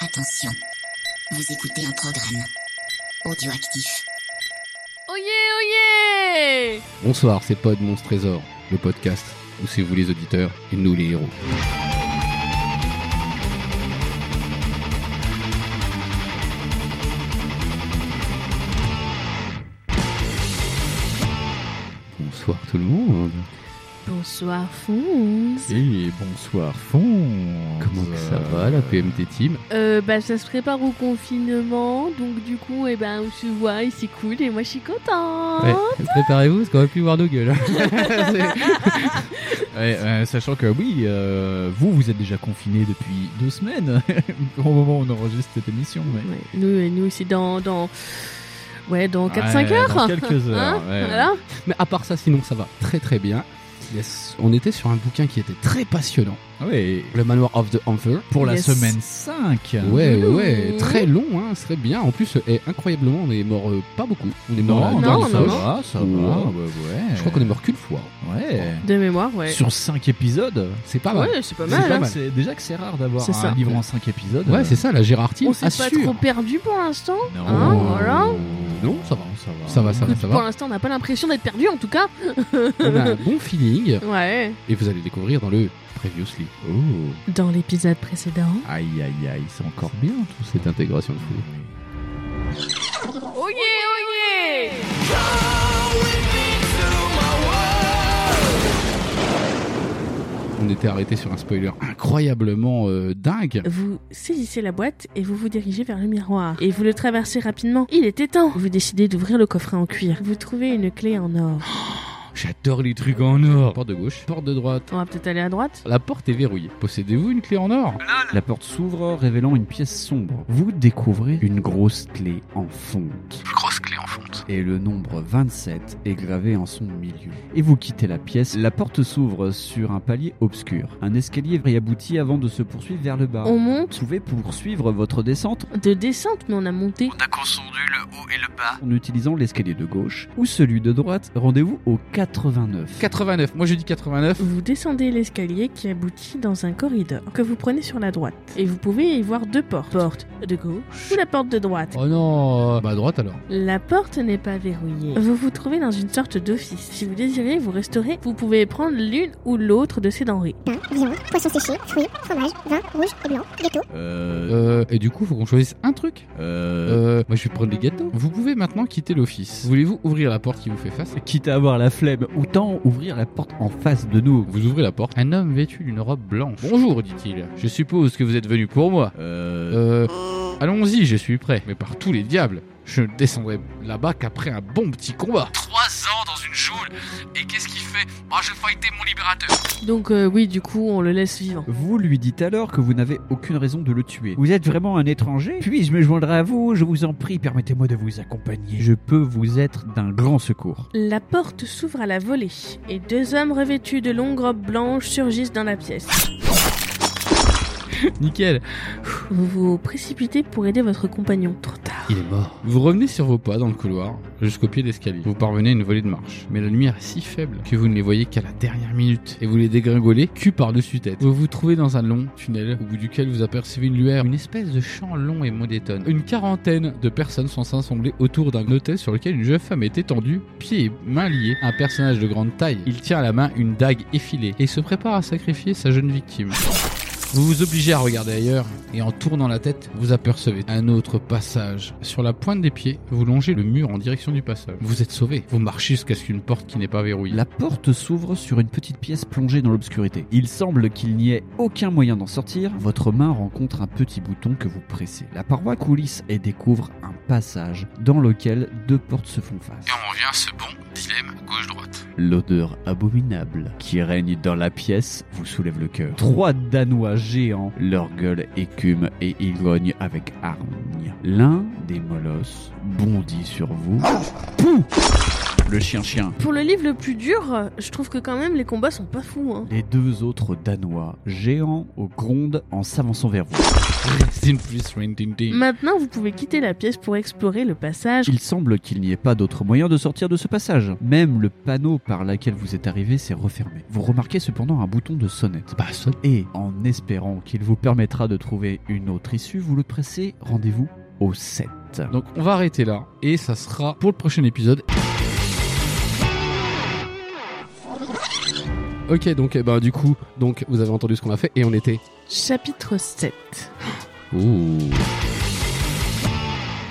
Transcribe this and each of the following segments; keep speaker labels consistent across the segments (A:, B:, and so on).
A: Attention, vous écoutez un programme audioactif.
B: Oyez, oyez
C: Bonsoir, c'est Pod Monstre Trésor, le podcast où c'est vous les auditeurs et nous les héros. Bonsoir tout le monde.
B: Bonsoir Fonz
D: Et bonsoir Fond
C: Comment que ça va la PMT Team
B: Euh, bah ça se prépare au confinement, donc du coup, eh ben, on se voit et c'est cool, et moi je suis contente
C: Ouais, Préparez-vous parce qu'on va plus voir nos gueules.
D: Sachant que oui, euh, vous, vous êtes déjà confinés depuis deux semaines au moment où on enregistre cette émission. mais-
B: Ouais, nous, euh, nous c'est dans, dans... Ouais, dans 4-5
D: Ouais,
B: heures
D: dans quelques heures.
B: Hein
D: ouais.
B: Voilà.
C: Mais à part ça, sinon ça va très très bien. Yes. On était sur un bouquin qui était très passionnant,
D: Ouais,
C: Le Manoir of the Hunter.
D: Ah Pour la
B: Yes.
D: semaine 5.
C: Ouais, ouais,
B: Ouh.
C: ouais, très long, hein, serait bien. En plus, et incroyablement, on est mort euh, pas beaucoup. On est mort
D: Non,
B: non,
C: euh, dans
B: non,
C: les
D: ça
C: sauges.
B: non.
D: va, ça va.
C: Ouais.
D: ouais, ouais.
C: Je crois qu'on est mort qu'une fois.
D: Ouais.
B: De mémoire, ouais.
D: Sur 5 épisodes
C: C'est pas mal.
B: Ouais, c'est pas
D: C'est
B: mal,
D: pas
B: hein.
D: mal. C'est- Déjà que c'est rare d'avoir
B: C'est ça.
D: un livre en 5 épisodes.
C: Ouais, c'est ça, la Gérardie.
B: On s'est pas
C: assure.
B: trop perdu pour l'instant
D: Non,
B: Hein, voilà.
C: Non, ça va.
D: ça va.
C: Ça va, ça va, ça
B: Pour
C: va.
B: l'instant, on n'a pas l'impression d'être perdu en tout cas
C: On a un bon feeling
B: Ouais
C: et vous allez le découvrir dans le Previously.
D: Oh.
B: Dans l'épisode précédent...
D: Aïe, aïe, aïe, c'est encore bien tout
C: Cette intégration de fou.
B: Oyez, oyez
C: On était arrêté sur un spoiler incroyablement euh, dingue.
B: Vous saisissez la boîte et vous vous dirigez vers le miroir. Et vous le traversez rapidement. Il est éteint. Vous décidez d'ouvrir le coffret en cuir. Vous trouvez une clé en or.
C: J'adore les trucs en or. Porte de gauche, porte de droite.
B: On va peut-être aller à droite
C: La porte est verrouillée. Possédez-vous une clé en or
E: La porte s'ouvre, révélant une pièce sombre. Vous découvrez une grosse clé en fonte.
C: Grosse clé en fonte.
E: Et le nombre 27 est gravé en son milieu. Et vous quittez la pièce. La porte s'ouvre sur un palier obscur. Un escalier y aboutit avant de se poursuivre vers le bas.
B: On
E: Vous
B: monte
E: pouvez poursuivre votre descente
B: de descente, mais on a monté.
E: a confondu le haut et le
C: Ah.
E: bas en utilisant l'escalier de gauche ou celui de droite. Rendez-vous au 89.
C: 89. Moi, je dis 89.
B: Vous descendez l'escalier qui aboutit dans un corridor que vous prenez sur la droite. Et vous pouvez y voir deux portes. Porte de gauche ou la porte de droite.
C: Oh non. Bah, à droite alors.
B: La porte n'est pas verrouillée. Vous vous trouvez dans une sorte d'office. Si vous désirez vous restaurer, vous pouvez prendre l'une ou l'autre de ces denrées.
F: Pain, viande, poisson séché, fruits, fromage, vin, rouge et blanc, gâteau.
D: Euh.
C: Euh, et du coup, faut qu'on choisisse un truc.
D: euh,
C: Euh, moi, je vais prendre les gâteaux. Vous pouvez maintenant quitter l'office. Voulez-vous ouvrir la porte qui vous fait face
E: Quitte à avoir la flemme, autant ouvrir la porte en face de nous.
C: Vous ouvrez la porte. Un homme vêtu d'une robe blanche. Bonjour, dit-il. Je suppose que vous êtes venu pour moi.
D: euh,
C: Euh, allons-y, je suis prêt. Mais par tous les diables, je ne descendrai là-bas qu'après un bon petit combat. Trois ans dans une joule. Et qu'est-ce qu'il fait Moi, je fightais mon libérateur.
B: Donc euh, oui, du coup, on le laisse vivant.
E: Vous lui dites alors que vous n'avez aucune raison de le tuer. Vous êtes vraiment un étranger Puis-je me joindrai à vous Je vous en prie, permettez-moi de vous accompagner. Je peux vous être d'un grand secours.
B: La porte s'ouvre à la volée et deux hommes revêtus de longues robes blanches surgissent dans la pièce.
C: Nickel.
B: Vous vous précipitez pour aider votre compagnon. Trop tard.
C: Il est mort. Vous revenez sur vos pas dans le couloir jusqu'au pied d'escalier. Vous parvenez à une volée de marche. Mais la lumière est si faible que vous ne les voyez qu'à la dernière minute. Et vous les dégringolez cul par-dessus tête. Vous vous trouvez dans un long tunnel au bout duquel vous apercevez une lueur, une espèce de champ long et monotone. Une quarantaine de personnes sont assemblées autour d'un hôtel sur lequel une jeune femme est étendue, pieds et mains liés. Un personnage de grande taille. Il tient à la main une dague effilée et se prépare à sacrifier sa jeune victime. Vous vous obligez à regarder ailleurs et en tournant la tête, vous apercevez un autre passage. Sur la pointe des pieds, vous longez le mur en direction du passage. Vous êtes sauvé. Vous marchez jusqu'à ce qu'une porte qui n'est pas verrouillée.
E: La porte s'ouvre sur une petite pièce plongée dans l'obscurité. Il semble qu'il n'y ait aucun moyen d'en sortir. Votre main rencontre un petit bouton que vous pressez. La paroi coulisse et découvre un passage dans lequel deux portes se font face.
C: on revient à ce bon dilemme gauche-droite.
E: L'odeur abominable qui règne dans la pièce vous soulève le cœur. Trois Danois géants, leur gueule écume et ils grognent avec hargne. L'un des molosses bondit sur vous, pouh,
G: le chien-chien.
B: Pour le livre le plus dur, je trouve que quand même les combats sont pas fous. Hein.
G: Les deux autres Danois, géants aux grondes en s'avançant vers vous.
C: Steam Police Rain Ding Ding.
B: Maintenant, vous pouvez quitter la pièce pour explorer le passage.
G: Il semble qu'il n'y ait pas d'autre moyen de sortir de ce passage. Même le panneau par lequel vous êtes arrivé s'est refermé. Vous remarquez cependant un bouton de sonnette.
C: Bah, ça.
G: Et en espérant qu'il vous permettra de trouver une autre issue, vous le pressez, rendez-vous au 7.
C: Donc, on va arrêter là. Et ça sera pour le prochain épisode. Ok, donc, eh ben, du coup, donc, vous avez entendu ce qu'on a fait et on était.
B: Chapitre 7.
C: Ouh.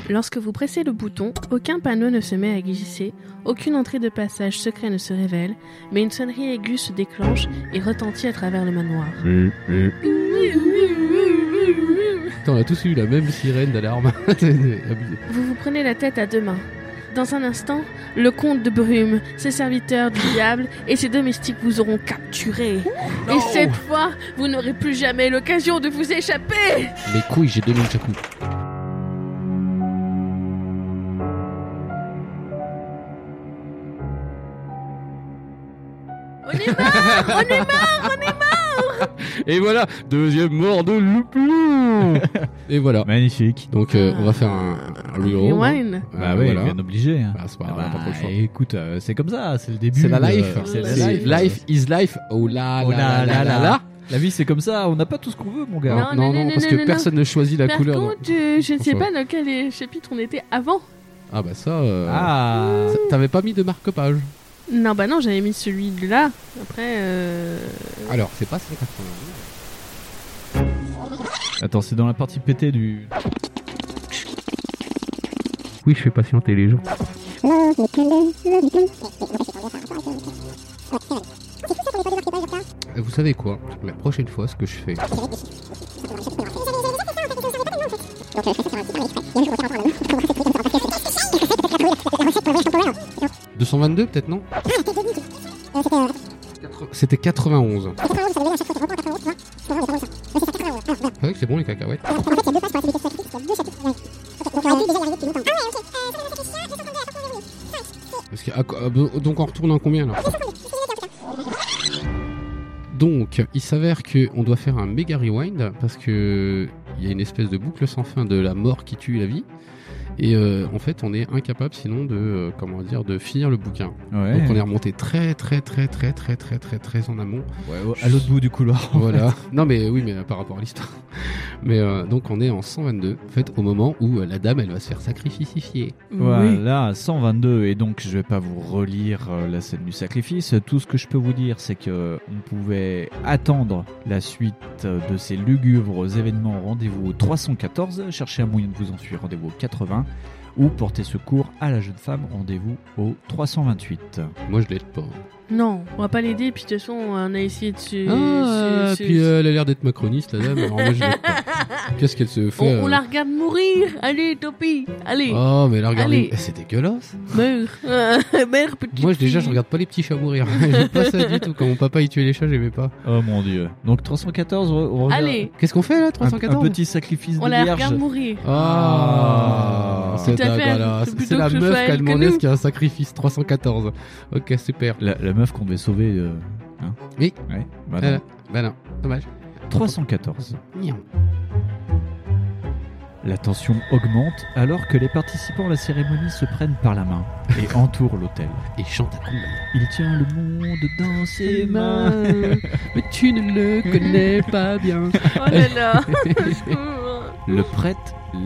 B: Lorsque vous pressez le bouton, aucun panneau ne se met à glisser, aucune entrée de passage secret ne se révèle, mais une sonnerie aiguë se déclenche et retentit à travers le manoir.
C: Putain, on a tous eu la même sirène d'alarme. C'est abusé.
B: Vous vous prenez la tête à deux mains. Dans un instant, le comte de Brume, ses serviteurs du diable et ses domestiques vous auront capturé. Et cette fois, vous n'aurez plus jamais l'occasion de vous échapper.
C: Les couilles, j'ai 2000 chaque coup.
B: On est marre, on est marre.
C: Et voilà, deuxième mort de Louplou Et voilà.
E: Magnifique.
C: Donc, euh, on va faire un, un reroll.
B: Rewind.
C: Euh,
E: Bah ouais,
C: voilà.
E: bien obligé. hein.
C: Bah, c'est pas,
E: Ah
C: on a pas trop le
E: bah,
C: choix.
E: écoute, euh, c'est comme ça, c'est le début.
C: C'est la
E: euh,
C: life.
E: c'est la
C: C'est
E: life.
C: life is life. Oh là
E: Oh
C: là là là là.
E: La vie, c'est comme ça, on n'a pas tout ce qu'on veut, mon gars.
B: Non, non, non,
C: parce
B: non,
C: que
B: non,
C: personne ne choisit la
B: Par
C: couleur. hein.
B: contre, euh, je ne sais pas
C: Bonsoir.
B: dans quel chapitre on était avant.
C: Ah bah ça. euh,
E: Ah
C: ça- T'avais pas mis de marque-page.
B: Non, bah non, j'avais mis celui de là. Après, euh...
C: Alors, c'est pas 192.
E: Attends, c'est dans la partie pétée du.
C: Oui, je fais patienter les gens. Euh, Vous savez quoi La prochaine fois, ce que je fais. ...222 peut-être non C'était 91. C'est vrai que c'est bon les cacahuètes. Parce que- à quoi- euh, donc on retourne en combien là Donc il s'avère que on doit faire un méga rewind parce que il y a une espèce de boucle sans fin de la mort qui tue la vie. Et euh, en fait, on est incapable sinon de euh, comment dire de finir le bouquin.
E: Ouais.
C: Donc on est remonté très très très très très très très très en amont.
E: Ouais, à l'autre bout du couloir.
C: Voilà. non mais oui, mais euh, par rapport à l'histoire. Mais euh, donc on est en 122. En fait, au moment où euh, la dame elle va se faire sacrificier.
E: Voilà, 122. Et donc, je vais pas vous relire euh, la scène du sacrifice. Tout ce que je peux vous dire, c'est que on pouvait attendre la suite euh, de ces lugubres événements. Rendez-vous au 314. Cherchez un moyen de vous enfuir. Rendez-vous au 80. Ou portez secours à la jeune femme. Rendez-vous au 328.
C: Moi je l'aide pas.
B: Non, on va pas l'aider. Puis de toute façon, on a essayé de se.
C: Ah,
B: se- se-
C: puis euh, elle a l'air d'être macroniste, la dame. Alors moi, je l'ai pas. Qu'est-ce qu'elle se fait
B: on, on
C: euh
B: la regarde mourir. Allez, tant pis. Allez,
C: Oh, mais là, regarde,
B: Allez.
C: eh, c'est dégueulasse.
B: meurs. meurs, petit.
C: Moi, je- déjà, je regarde pas les petits chats mourir. J'aime pas ça du tout. Quand mon papa il tuait les chats, j'aimais pas.
E: Oh mon dieu. Donc, 314. on- on revient-
B: Allez,
C: Qu'est-ce qu'on fait là,
E: Un, un
C: 314
E: petit sacrifice
B: on
E: de
B: la
E: vierge.
B: regarde mourir.
C: Ah,
E: Tout
C: c'est
B: à fait,
C: dégueulasse.
B: plutôt
C: C'est la
B: que ce
C: meuf
B: soit
C: qui a
B: elle que
C: demandé
B: nous.
C: ce qu'il y a un sacrifice 314. Ok, super.
E: La, la meuf qu'on devait sauver. euh, hein
C: Oui.
E: Ouais. Bah non.
C: Euh, bah non, dommage.
E: 314.
C: Miam.
E: La tension augmente alors que les participants à la cérémonie se prennent par la main et entourent l'hôtel.
C: Et chante à la rumba.
E: Il tient le monde dans
B: Eh
E: ses mains.
B: ben.
C: mais tu ne le connais pas bien.
B: Oh là là. oh
E: Le prêtre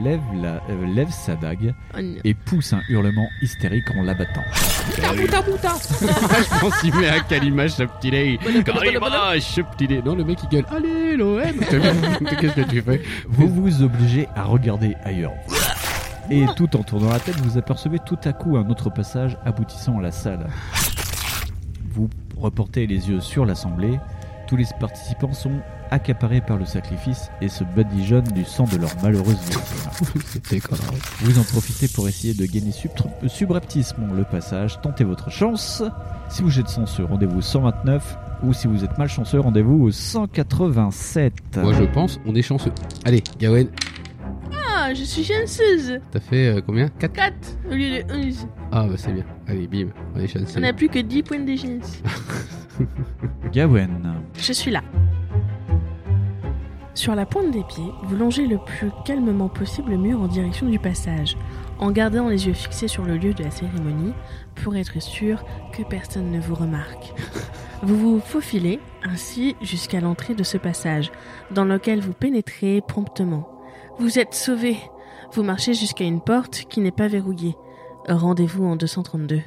E: lève, la, euh, lève sa dague
B: non.
E: et pousse un hurlement hystérique en l'abattant.
C: Je pense qu'il met à Kalimash, ce petit lait. Kalimash, ce petit lait. Non, le mec il gueule. Allez, l'OM Qu'est-ce que tu fais
E: Vous vous obligez à regarder ailleurs. Et tout en tournant la tête, vous apercevez tout à coup un autre passage aboutissant à la salle. Vous reportez les yeux sur l'assemblée. Tous les participants sont accaparés par le sacrifice et se badigeonnent du sang de leur malheureuse victime.
C: C'était quoi
E: Vous en profitez pour essayer de gagner subtr- euh, subrepticement le passage, tentez votre chance. Si vous êtes chanceux, rendez-vous au 129, ou si vous êtes malchanceux, rendez-vous au 187.
C: Moi je pense, on est chanceux. Allez, Gawen,
B: Ah, moi, je suis chanceuse.
C: T'as fait euh, combien 4
B: 4 au lieu de 11.
C: Ah bah c'est bien. Allez, bim, on est chanceux.
B: On n'a plus que 10 points de chance.
E: Gawen.
B: Je suis là. Sur la pointe des pieds, vous longez le plus calmement possible le mur en direction du passage, en gardant les yeux fixés sur le lieu de la cérémonie pour être sûr que personne ne vous remarque. Vous vous faufilez ainsi jusqu'à l'entrée de ce passage, dans lequel vous pénétrez promptement. Vous êtes sauvé. Vous marchez jusqu'à une porte qui n'est pas verrouillée. Rendez-vous en 232.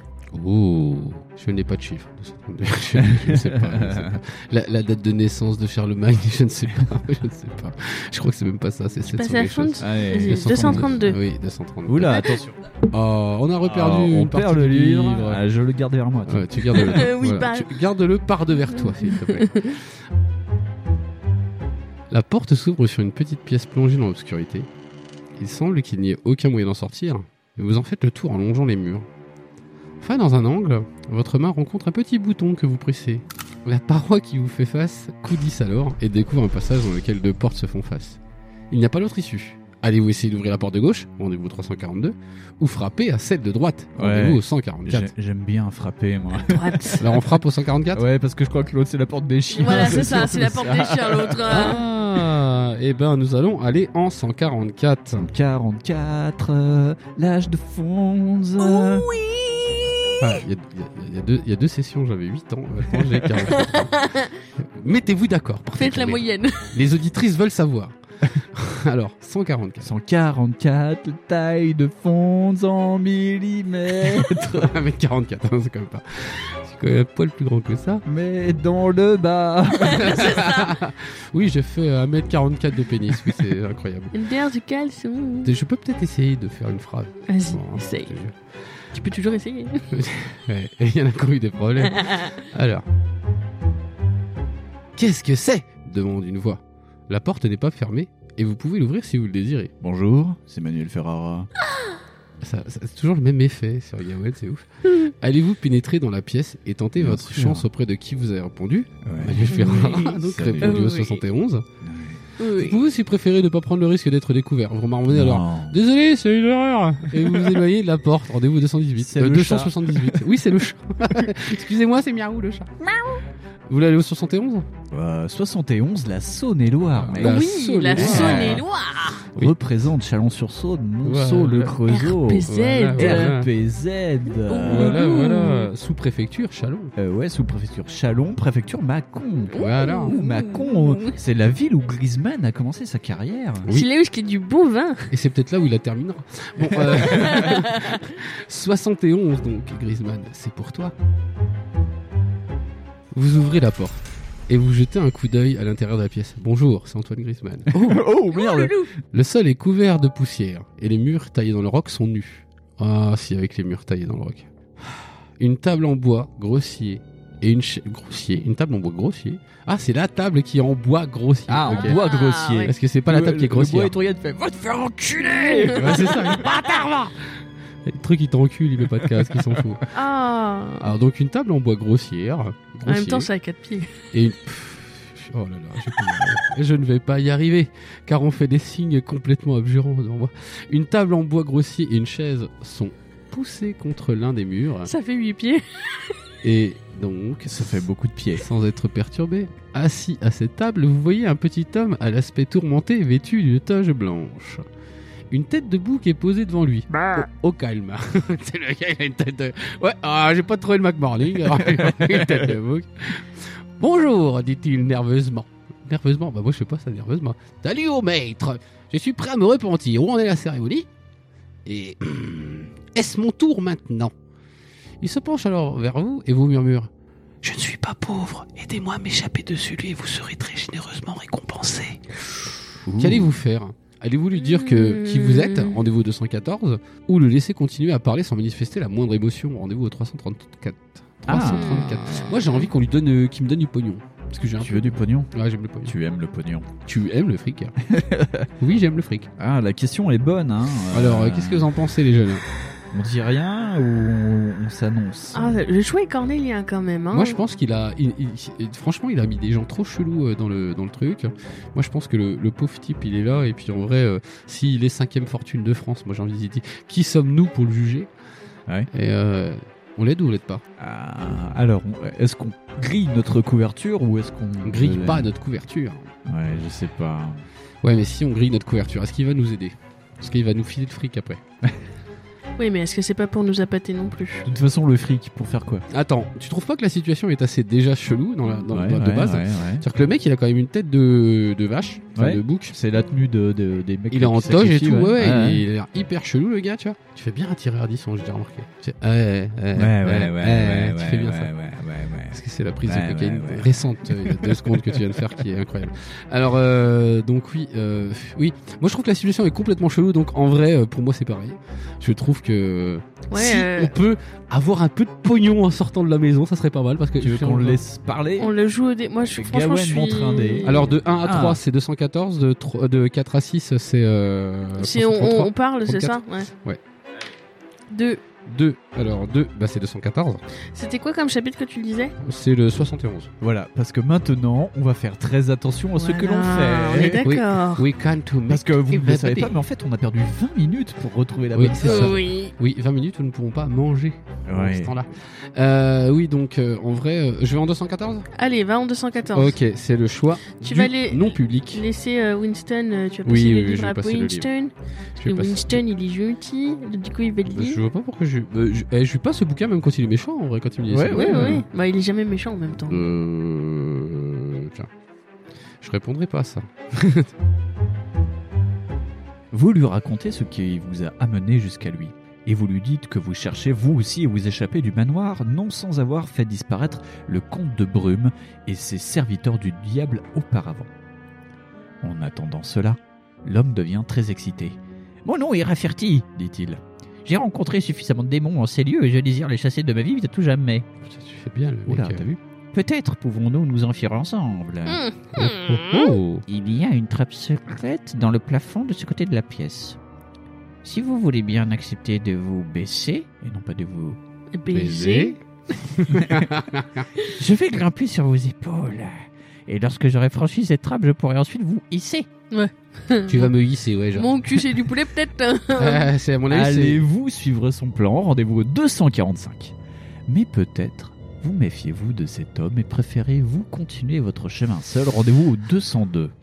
C: Oh, je n'ai pas de chiffre. Je, je ne sais pas. je ne sais pas. La, la date de naissance de Charlemagne, je ne sais pas. Je ne sais pas. Je crois que c'est même pas ça. C'est
B: Tu
C: 700
B: passes à la
C: quelque chose.
B: fonte
E: Allez.
B: Vas-y. 232.
C: Oui, 232.
E: Oula, attention.
C: Oh, on a reperdu
E: Ah,
C: une
E: on
C: partie
E: perd le
C: du
E: livre. Ah, je le garde vers moi. tu
C: Ouais, tu gardes-le.
B: Euh, oui, bah.
C: Tu gardes-le par devers toi, s'il te plaît. La porte s'ouvre sur une petite pièce plongée dans l'obscurité. Il semble qu'il n'y ait aucun moyen d'en sortir, mais vous en faites le tour en longeant les murs. Enfin, dans un angle, votre main rencontre un petit bouton que vous pressez. La paroi qui vous fait face coulisse alors et découvre un passage dans lequel deux portes se font face. Il n'y a pas d'autre issue. Allez-vous essayer d'ouvrir la porte de gauche, rendez-vous au 342, ou frapper à celle de droite,
E: Ouais.
C: rendez-vous au
E: vois.
C: 144.
E: J'ai- J'aime bien frapper, moi.
B: Droite.
C: Alors on frappe au 144
E: Ouais, parce que je crois que l'autre, c'est la porte des chiens.
B: Voilà, c'est ça, c'est la porte des chiens, l'autre. hein.
C: Ah, et ben nous allons aller en 144.
E: 44, euh, l'âge de Fonz.
B: Oh
C: Ah, Il y, a- il y a- il y a deux- il y a deux sessions, j'avais 8 ans, maintenant j'ai 44 ans. Mettez-vous d'accord. parfait,
B: Faites la
C: les-
B: moyenne.
C: Les auditrices veulent savoir. Alors, 144.
E: 144, taille de Fonz en millimètres.
C: 1m44, hein, c'est quand même pas. C'est quand même un poil plus grand que ça.
E: mais dans le bas.
C: Oui, j'ai fait 1m44 de pénis, oui, c'est incroyable.
B: Une paire du caleçon.
C: Je peux peut-être essayer de faire une phrase.
B: Vas-y,
C: Bon, hein,
B: essaye.
C: je te jure.
B: Tu peux toujours essayer.
C: Ouais, et Eh, il y en a qui ont eu des problèmes. Alors. Qu'est-ce que c'est demande une voix. La porte n'est pas fermée et vous pouvez l'ouvrir si vous le désirez.
E: Bonjour, c'est Manuel Ferrara.
C: Ça, ça- c'est toujours le même effet sur Gawain, c'est ouf. Allez-vous pénétrer dans la pièce et tenter
E: Bien
C: votre
E: sûr.
C: chance auprès de qui vous avez répondu
E: Ouais.
C: Manuel Ferrara,
E: Oui,
C: donc
E: salut.
C: répondu au
B: Oui.
C: 71. Vous
B: Oui.
C: pouvez aussi préférer ne pas prendre le risque d'être découvert. Vous remarquez alors. Désolé, c'est une erreur Et vous vous éloignez de la porte. Rendez-vous 218.
E: C'est le
C: 278. Oui, c'est le chat. Excusez-moi, c'est Miaou le chat. Vous voulez aller au 71
E: Euh, 71, la Saône-et-Loire, mec.
C: La
B: oui, la
C: Saône-et-Loire.
B: saône et loire.
C: Bah, Oui.
E: Représente Chalon-sur-Saône, Monceau,
C: Ouais.
E: le Creusot,
B: RPZ.
C: Voilà,
E: RPZ. Euh,
C: Voilà,
B: Ouh.
C: voilà. Sous-préfecture, Chalon.
E: euh, ouais, sous préfecture Chalon, préfecture Mâcon.
C: Voilà.
E: Ouh, Mâcon, euh, c'est la ville où Griezmann a commencé sa carrière.
C: Oui.
B: C'est là où je qui du bon vin.
C: Et c'est peut-être là où il la terminera. Bon, euh, 71 donc, Griezmann, c'est pour toi. Vous ouvrez la porte et vous jetez un coup d'œil à l'intérieur de la pièce. Bonjour, c'est Antoine Griezmann.
E: Oh, merde
B: Loulou.
C: Le sol est couvert de poussière et les murs taillés dans le roc sont nus. Ah, si, avec les murs taillés dans le roc. Une table en bois grossier et une cha- grossier, une table en bois grossier. Ah, c'est la table qui est en bois grossier.
E: Ah,
C: Ok.
E: en bois grossier.
B: ouais.
C: Parce que c'est pas la table qui est grossière.
E: Le bois étourdienne fait Va te faire enculer
C: Ouais, c'est ça. Le truc, il t'encule, il met pas de casque, il s'en fout.
B: Ah.
C: Alors, donc, une table en bois grossière.
B: En même
C: grossier,
B: temps, c'est à quatre pieds.
C: Et une. Pff, Oh là là, j'ai plus mal. je ne vais pas y arriver, car on fait des signes complètement abjurants devant moi. Une table en bois grossier et une chaise sont poussées contre l'un des murs.
B: Ça fait huit pieds.
C: Et donc,
E: Ça fait beaucoup de pieds.
C: sans être perturbé, assis à cette table, vous voyez un petit homme à l'aspect tourmenté vêtu d'une toge blanche. Une tête de bouc est posée devant lui. Au, au calme. C'est le gars, il a une tête de. Ouais, ah, j'ai pas trouvé le McMorning. Alors, il a une tête de bouc. Bonjour, dit-il nerveusement. Nerveusement Bah, moi, je sais pas ça, nerveusement. Salut au maître Je suis prêt à me repentir. Où en est la cérémonie Et. Est-ce mon tour maintenant Il se penche alors vers vous et vous murmure je ne suis pas pauvre, aidez-moi à m'échapper de celui et vous serez très généreusement récompensé. Qu'allez-vous faire Allez-vous lui dire que qui vous êtes,
B: Hmm.
C: rendez-vous au 214, ou le laisser continuer à parler sans manifester la moindre émotion, rendez-vous au 334
E: Ah.
C: 334. Moi j'ai envie qu'on lui donne, euh, qu'il me donne du pognon. Parce que j'ai un
E: Tu veux du pognon
C: peu- Ouais, j'aime le pognon. Tu,
E: Tu aimes le pognon.
C: aimes le fric hein. Oui, j'aime le fric. euh,
E: Ah, la question est bonne, hein.
C: Alors, euh, qu'est-ce que vous en pensez les jeunes
E: On dit rien ou on, on s'annonce
B: Ah, le choix est cornélien quand même. Hein.
C: Moi, je pense qu'il a. il- il- il- franchement, il a mis des gens trop chelous euh, dans le, dans le truc. Moi, je pense que le, le pauvre type, il est là. Et puis, en vrai, euh, s'il est cinquième fortune de France, moi, j'ai envie de dire qui sommes-nous pour le juger
E: Ouais.
C: Et euh, on l'aide ou on l'aide pas
E: Ah, Alors, on- est-ce qu'on grille notre couverture ou est-ce qu'on
C: On grille pas notre couverture.
E: Ouais, je sais pas.
C: Ouais, mais si on grille notre couverture, est-ce qu'il va nous aider Est-ce qu'il va nous filer le fric après
B: Oui, mais est-ce que c'est pas pour nous appâter non plus
E: De toute façon, le fric pour faire quoi
C: Attends, tu trouves pas que la situation est assez déjà chelou dans la, dans,
E: Ouais,
C: dans- de
E: ouais,
C: base
E: ouais, ouais.
C: C'est-à-dire que le mec, il a quand même une tête de, de vache, enfin,
E: Ouais.
C: de bouc.
E: C'est la tenue de, de- des mecs.
C: Il est en
E: qui
C: toge et
E: sacrifient,
C: tout, ouais, ouais,
E: Ouais,
C: il a l'air hyper chelou le gars, tu vois. Tu fais bien un tireur à 10, j'ai déjà remarqué. Tu fais, ouais, ouais,
E: ouais, ouais, ouais, ouais,
C: tu
E: ouais,
C: fais bien
E: ouais,
C: ça.
E: ouais, ouais, ouais.
C: Parce que c'est la prise
E: Ouais,
C: de cocaïne
E: ouais, ouais.
C: récente, euh, il y a deux secondes que tu viens de faire, qui est incroyable. Alors, euh, donc oui, euh, oui. Moi, je trouve que la situation est complètement chelou, donc en vrai, euh, pour moi, c'est pareil. Je trouve que
B: Ouais,
C: si
B: euh,
C: on peut avoir un peu de pognon en sortant de la maison, ça serait pas mal. Parce que
E: Tu veux qu'on le laisse parler
B: On le joue au dé. Moi, je suis. Franchement,
E: Gawain
B: je suis.
E: montre un dé.
C: Alors, de 1 à
E: Ah.
C: 3, c'est 214, de, tro- euh, de 4 à 6, c'est. Euh,
B: Si on, on-
C: 333.
B: on parle, c'est
C: 34.
B: ça Ouais.
C: Ouais.
B: Deux.
C: 2, alors 2, bah c'est 214,
B: C'était quoi comme chapitre que tu disais
C: c'est le 71.
E: Voilà, parce que maintenant, on va faire très attention à Oh, ce que l'on
B: Voilà, On est
E: fait.
B: d'accord.
C: We can't to make-
E: Parce que vous ne le savez pas,
C: everybody.
E: mais en fait, on a perdu 20 minutes pour retrouver la
C: Oui,
E: bonne
C: c'est ça.
B: Oui.
C: Oui, 20 minutes, nous ne pourrons pas manger pendant
E: Ouais.
C: ce temps-là. Euh, oui, donc euh, en vrai, euh, je vais en 214
B: Allez, va en 214.
C: Ok, c'est le choix
B: Tu
C: du
B: vas les-
C: non public.
B: Laissez euh, Winston, euh, tu vas
C: Oui,
B: passer le
C: oui, oui, je
B: livre
C: vais
B: à
C: passer le livre.
B: Winston.
C: Je
B: Et
C: vais passer-
B: Winston, il est gentil. Du coup, il va le lire.
C: Je vois pas pourquoi je... euh, je... eh, je lui passe ce bouquin même quand il est méchant, en vrai, quand il me dit
E: Ouais,
C: ça.
B: Oui,
E: ouais,
B: oui. Bah, il est jamais méchant en même temps.
C: Mm. Euh... Tiens. Je répondrai pas à ça.
E: Vous lui racontez ce qui vous a amené jusqu'à lui. Et vous lui dites que vous cherchez vous aussi à vous échapper du manoir, non sans avoir fait disparaître le comte de Brume et ses serviteurs du diable auparavant. En attendant cela, l'homme devient très excité. Mon nom est Rafferti, dit-il. J'ai rencontré suffisamment de démons en ces lieux et je désire les chasser de ma vie à tout jamais.
C: Putain, tu fais bien, le mec.
E: Oula,
C: euh,
E: t'as vu Peut-être pouvons-nous nous enfuir ensemble.
B: Hum,
C: Oh, oh, oh.
E: Il y a une trappe secrète dans le plafond de ce côté de la pièce. Si vous voulez bien accepter de vous baisser, et non pas de vous...
B: hum. Baiser.
E: Je vais grimper sur vos épaules. Et lorsque j'aurai franchi cette trappe, je pourrai ensuite vous hisser.
C: Tu vas me hisser, ouais, genre.
B: Mon cul, c'est du poulet, peut-être.
C: Ah, c'est à mon avis, c'est-
E: Allez-vous suivre son plan Rendez-vous au 245. Mais peut-être vous méfiez-vous de cet homme et préférez-vous continuer votre chemin seul. Rendez-vous au 202.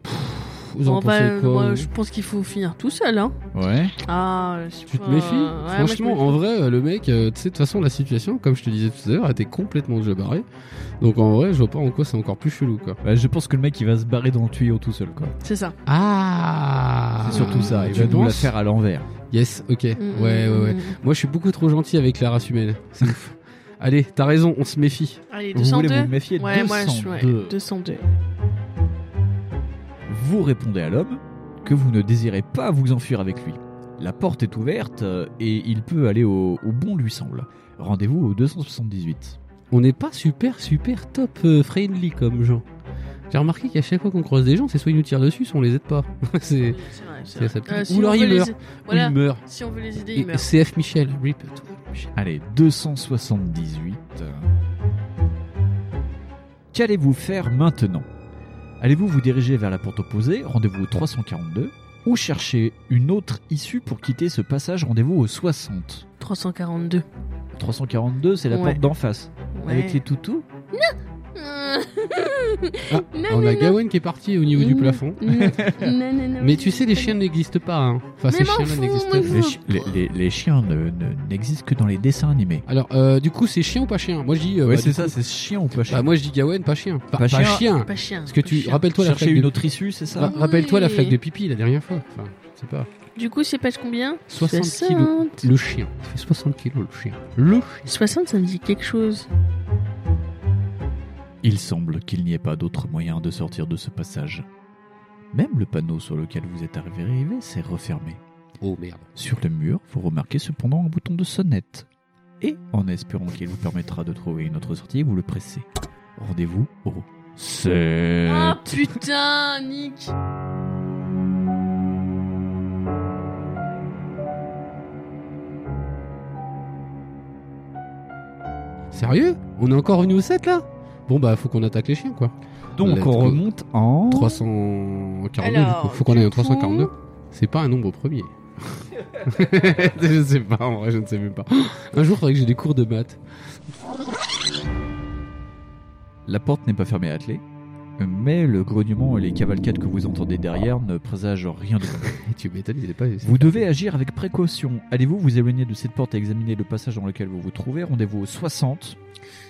C: Vous
B: Bon,
C: en
B: bah,
C: pensez quoi
B: moi,
C: vous
B: je pense qu'il faut finir tout seul. Hein.
E: Ouais.
B: Ah, je sais
C: Tu te
B: pas.
C: méfies
B: Ouais, moi, je
C: Franchement,
B: me-
C: en vrai, euh, le mec, euh, tu sais, de toute façon, la situation, comme je te disais tout à l'heure, était complètement déjà barrée. Donc en vrai, je vois pas en quoi c'est encore plus chelou, quoi.
E: Bah, je pense que le mec il va se barrer dans le tuyau tout seul quoi.
B: C'est ça.
C: Ah
E: C'est surtout ça, il
C: tu
E: va nous la
C: penses
E: faire à l'envers.
C: Yes, ok. Ouais,
B: Mm,
C: ouais,
B: mm,
C: ouais.
B: mm.
C: Moi, je suis beaucoup trop gentil avec la race humaine. C'est ouf. Allez, t'as raison, on se méfie.
B: Allez,
E: Vous voulez
B: 202.
E: vous méfier de
B: ouais, moi, je, ouais,
E: 202.
B: 202.
E: Vous répondez à l'homme que vous ne désirez pas vous enfuir avec lui. La porte est ouverte euh, et il peut aller au, au bon lui semble. Rendez-vous au 278.
C: On n'est pas super, super top euh, friendly comme gens. J'ai remarqué qu'à chaque fois qu'on croise des gens, c'est soit ils nous tirent dessus, soit on les aide pas. c'est.
B: C'est vrai,
C: c'est
B: c'est
C: sa
B: vrai.
C: petite-
B: Euh,
C: Ou
B: on
C: alors
B: veut
C: il
B: les-
C: meurt.
B: Voilà,
C: Ils meurent.
B: si on veut les aider,
C: hein. Et
B: ils meurent.
C: CF Michel, rip. toi, Michel.
E: Allez, 278. Qu'allez-vous faire maintenant Allez-vous vous diriger vers la porte opposée, rendez-vous au 342, ou chercher une autre issue pour quitter ce passage, rendez-vous au 60
B: 342.
E: 342, c'est la
B: Ouais.
E: porte d'en face,
B: Ouais.
E: avec les toutous
B: Euh,
C: Ah,
B: Non,
C: on
B: non,
C: a
B: non.
C: Gawain qui est parti au niveau du
B: Mm.
C: plafond.
B: non, non, non, non,
C: Mais
B: oui,
C: tu sais, les
B: très
C: chiens n'existent pas. Hein. Enfin,
B: Mais
C: ces
B: m'en
C: chiens-là
B: fous,
C: n'existent
B: mais
C: pas.
B: je-
E: Les, chi- les- les- les chiens ne- ne- n'existent que dans les dessins animés.
C: Alors, euh, du coup, c'est chien ou pas chien Moi, je dis. euh, bah, du coup-
E: c'est chien ou pas
C: Bah, moi, je dis Gawain, pas chien. Pas,
E: Pas
C: pas
E: chien.
C: chien.
B: bien. Pas chien.
C: Parce que
B: pas
C: tu
B: chien. Ah
C: rappelle-toi la
E: Chercher
C: flaque.
E: une
C: De...
E: autre issue, c'est ça
C: Ra- Rappelle-toi la
B: Oui.
C: flaque de pipi la dernière fois. Enfin, je sais pas.
B: Du coup, c'est page combien
C: 60 kilos.
B: 60.
C: Le chien. Ça fait 60 kilos le chien. Le chien.
B: 60, ça me dit quelque chose.
E: Il semble qu'il n'y ait pas d'autre moyen de sortir de ce passage. Même le panneau sur lequel vous êtes arrivé s'est refermé.
C: Oh merde.
E: Sur le mur, vous remarquez cependant un bouton de sonnette. Et, en espérant qu'il vous permettra de trouver une autre sortie, vous le pressez. Rendez-vous au 7.
B: Ah putain, Nick
C: Sérieux On est encore venu au 7 là Bon bah faut qu'on attaque les chiens quoi.
E: Donc
C: Let's
E: on
C: go.
E: remonte en.
C: 342
B: Alors,
C: du coup. Faut qu'on
B: du
C: aille en
B: coup-
C: 342. C'est pas un nombre premier. je sais pas en vrai, je ne sais même pas. Un jour faudrait que j'ai des cours de maths.
E: La porte n'est pas fermée à clé, mais le grognement et les cavalcades que vous entendez derrière ne présagent rien de bon.
C: Et tu m'étonnes, il est pas
E: Vous devez agir avec précaution. Allez-vous vous éloigner de cette porte et examiner le passage dans lequel vous vous trouvez Rendez-vous au 60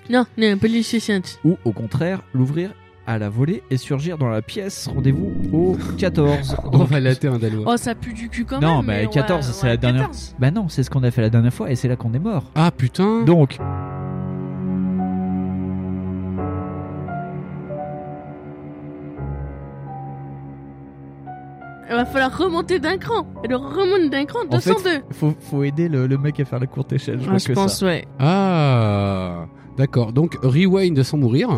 B: Non, non, police station.
E: ou au contraire l'ouvrir à la volée et surgir dans la pièce. Rendez-vous au 14.
C: Oh. On va latter un danois.
B: Oh, ça pue du cul quand même.
E: Non, mais 14,
B: ouais,
E: c'est
B: ouais,
E: la dernière.
B: 14.
E: Bah non, c'est ce qu'on a fait la dernière fois et c'est là qu'on est mort.
C: Ah
B: Mm.
C: putain
E: Donc,
B: Il va falloir remonter d'un cran. Elle remonte d'un cran, 202.
E: faut, faut aider le, le mec à faire la courte échelle. Je
B: Ah,
E: crois
B: je
E: que
B: pense,
E: ça.
B: ouais.
C: Ah D'accord, donc rewind sans mourir.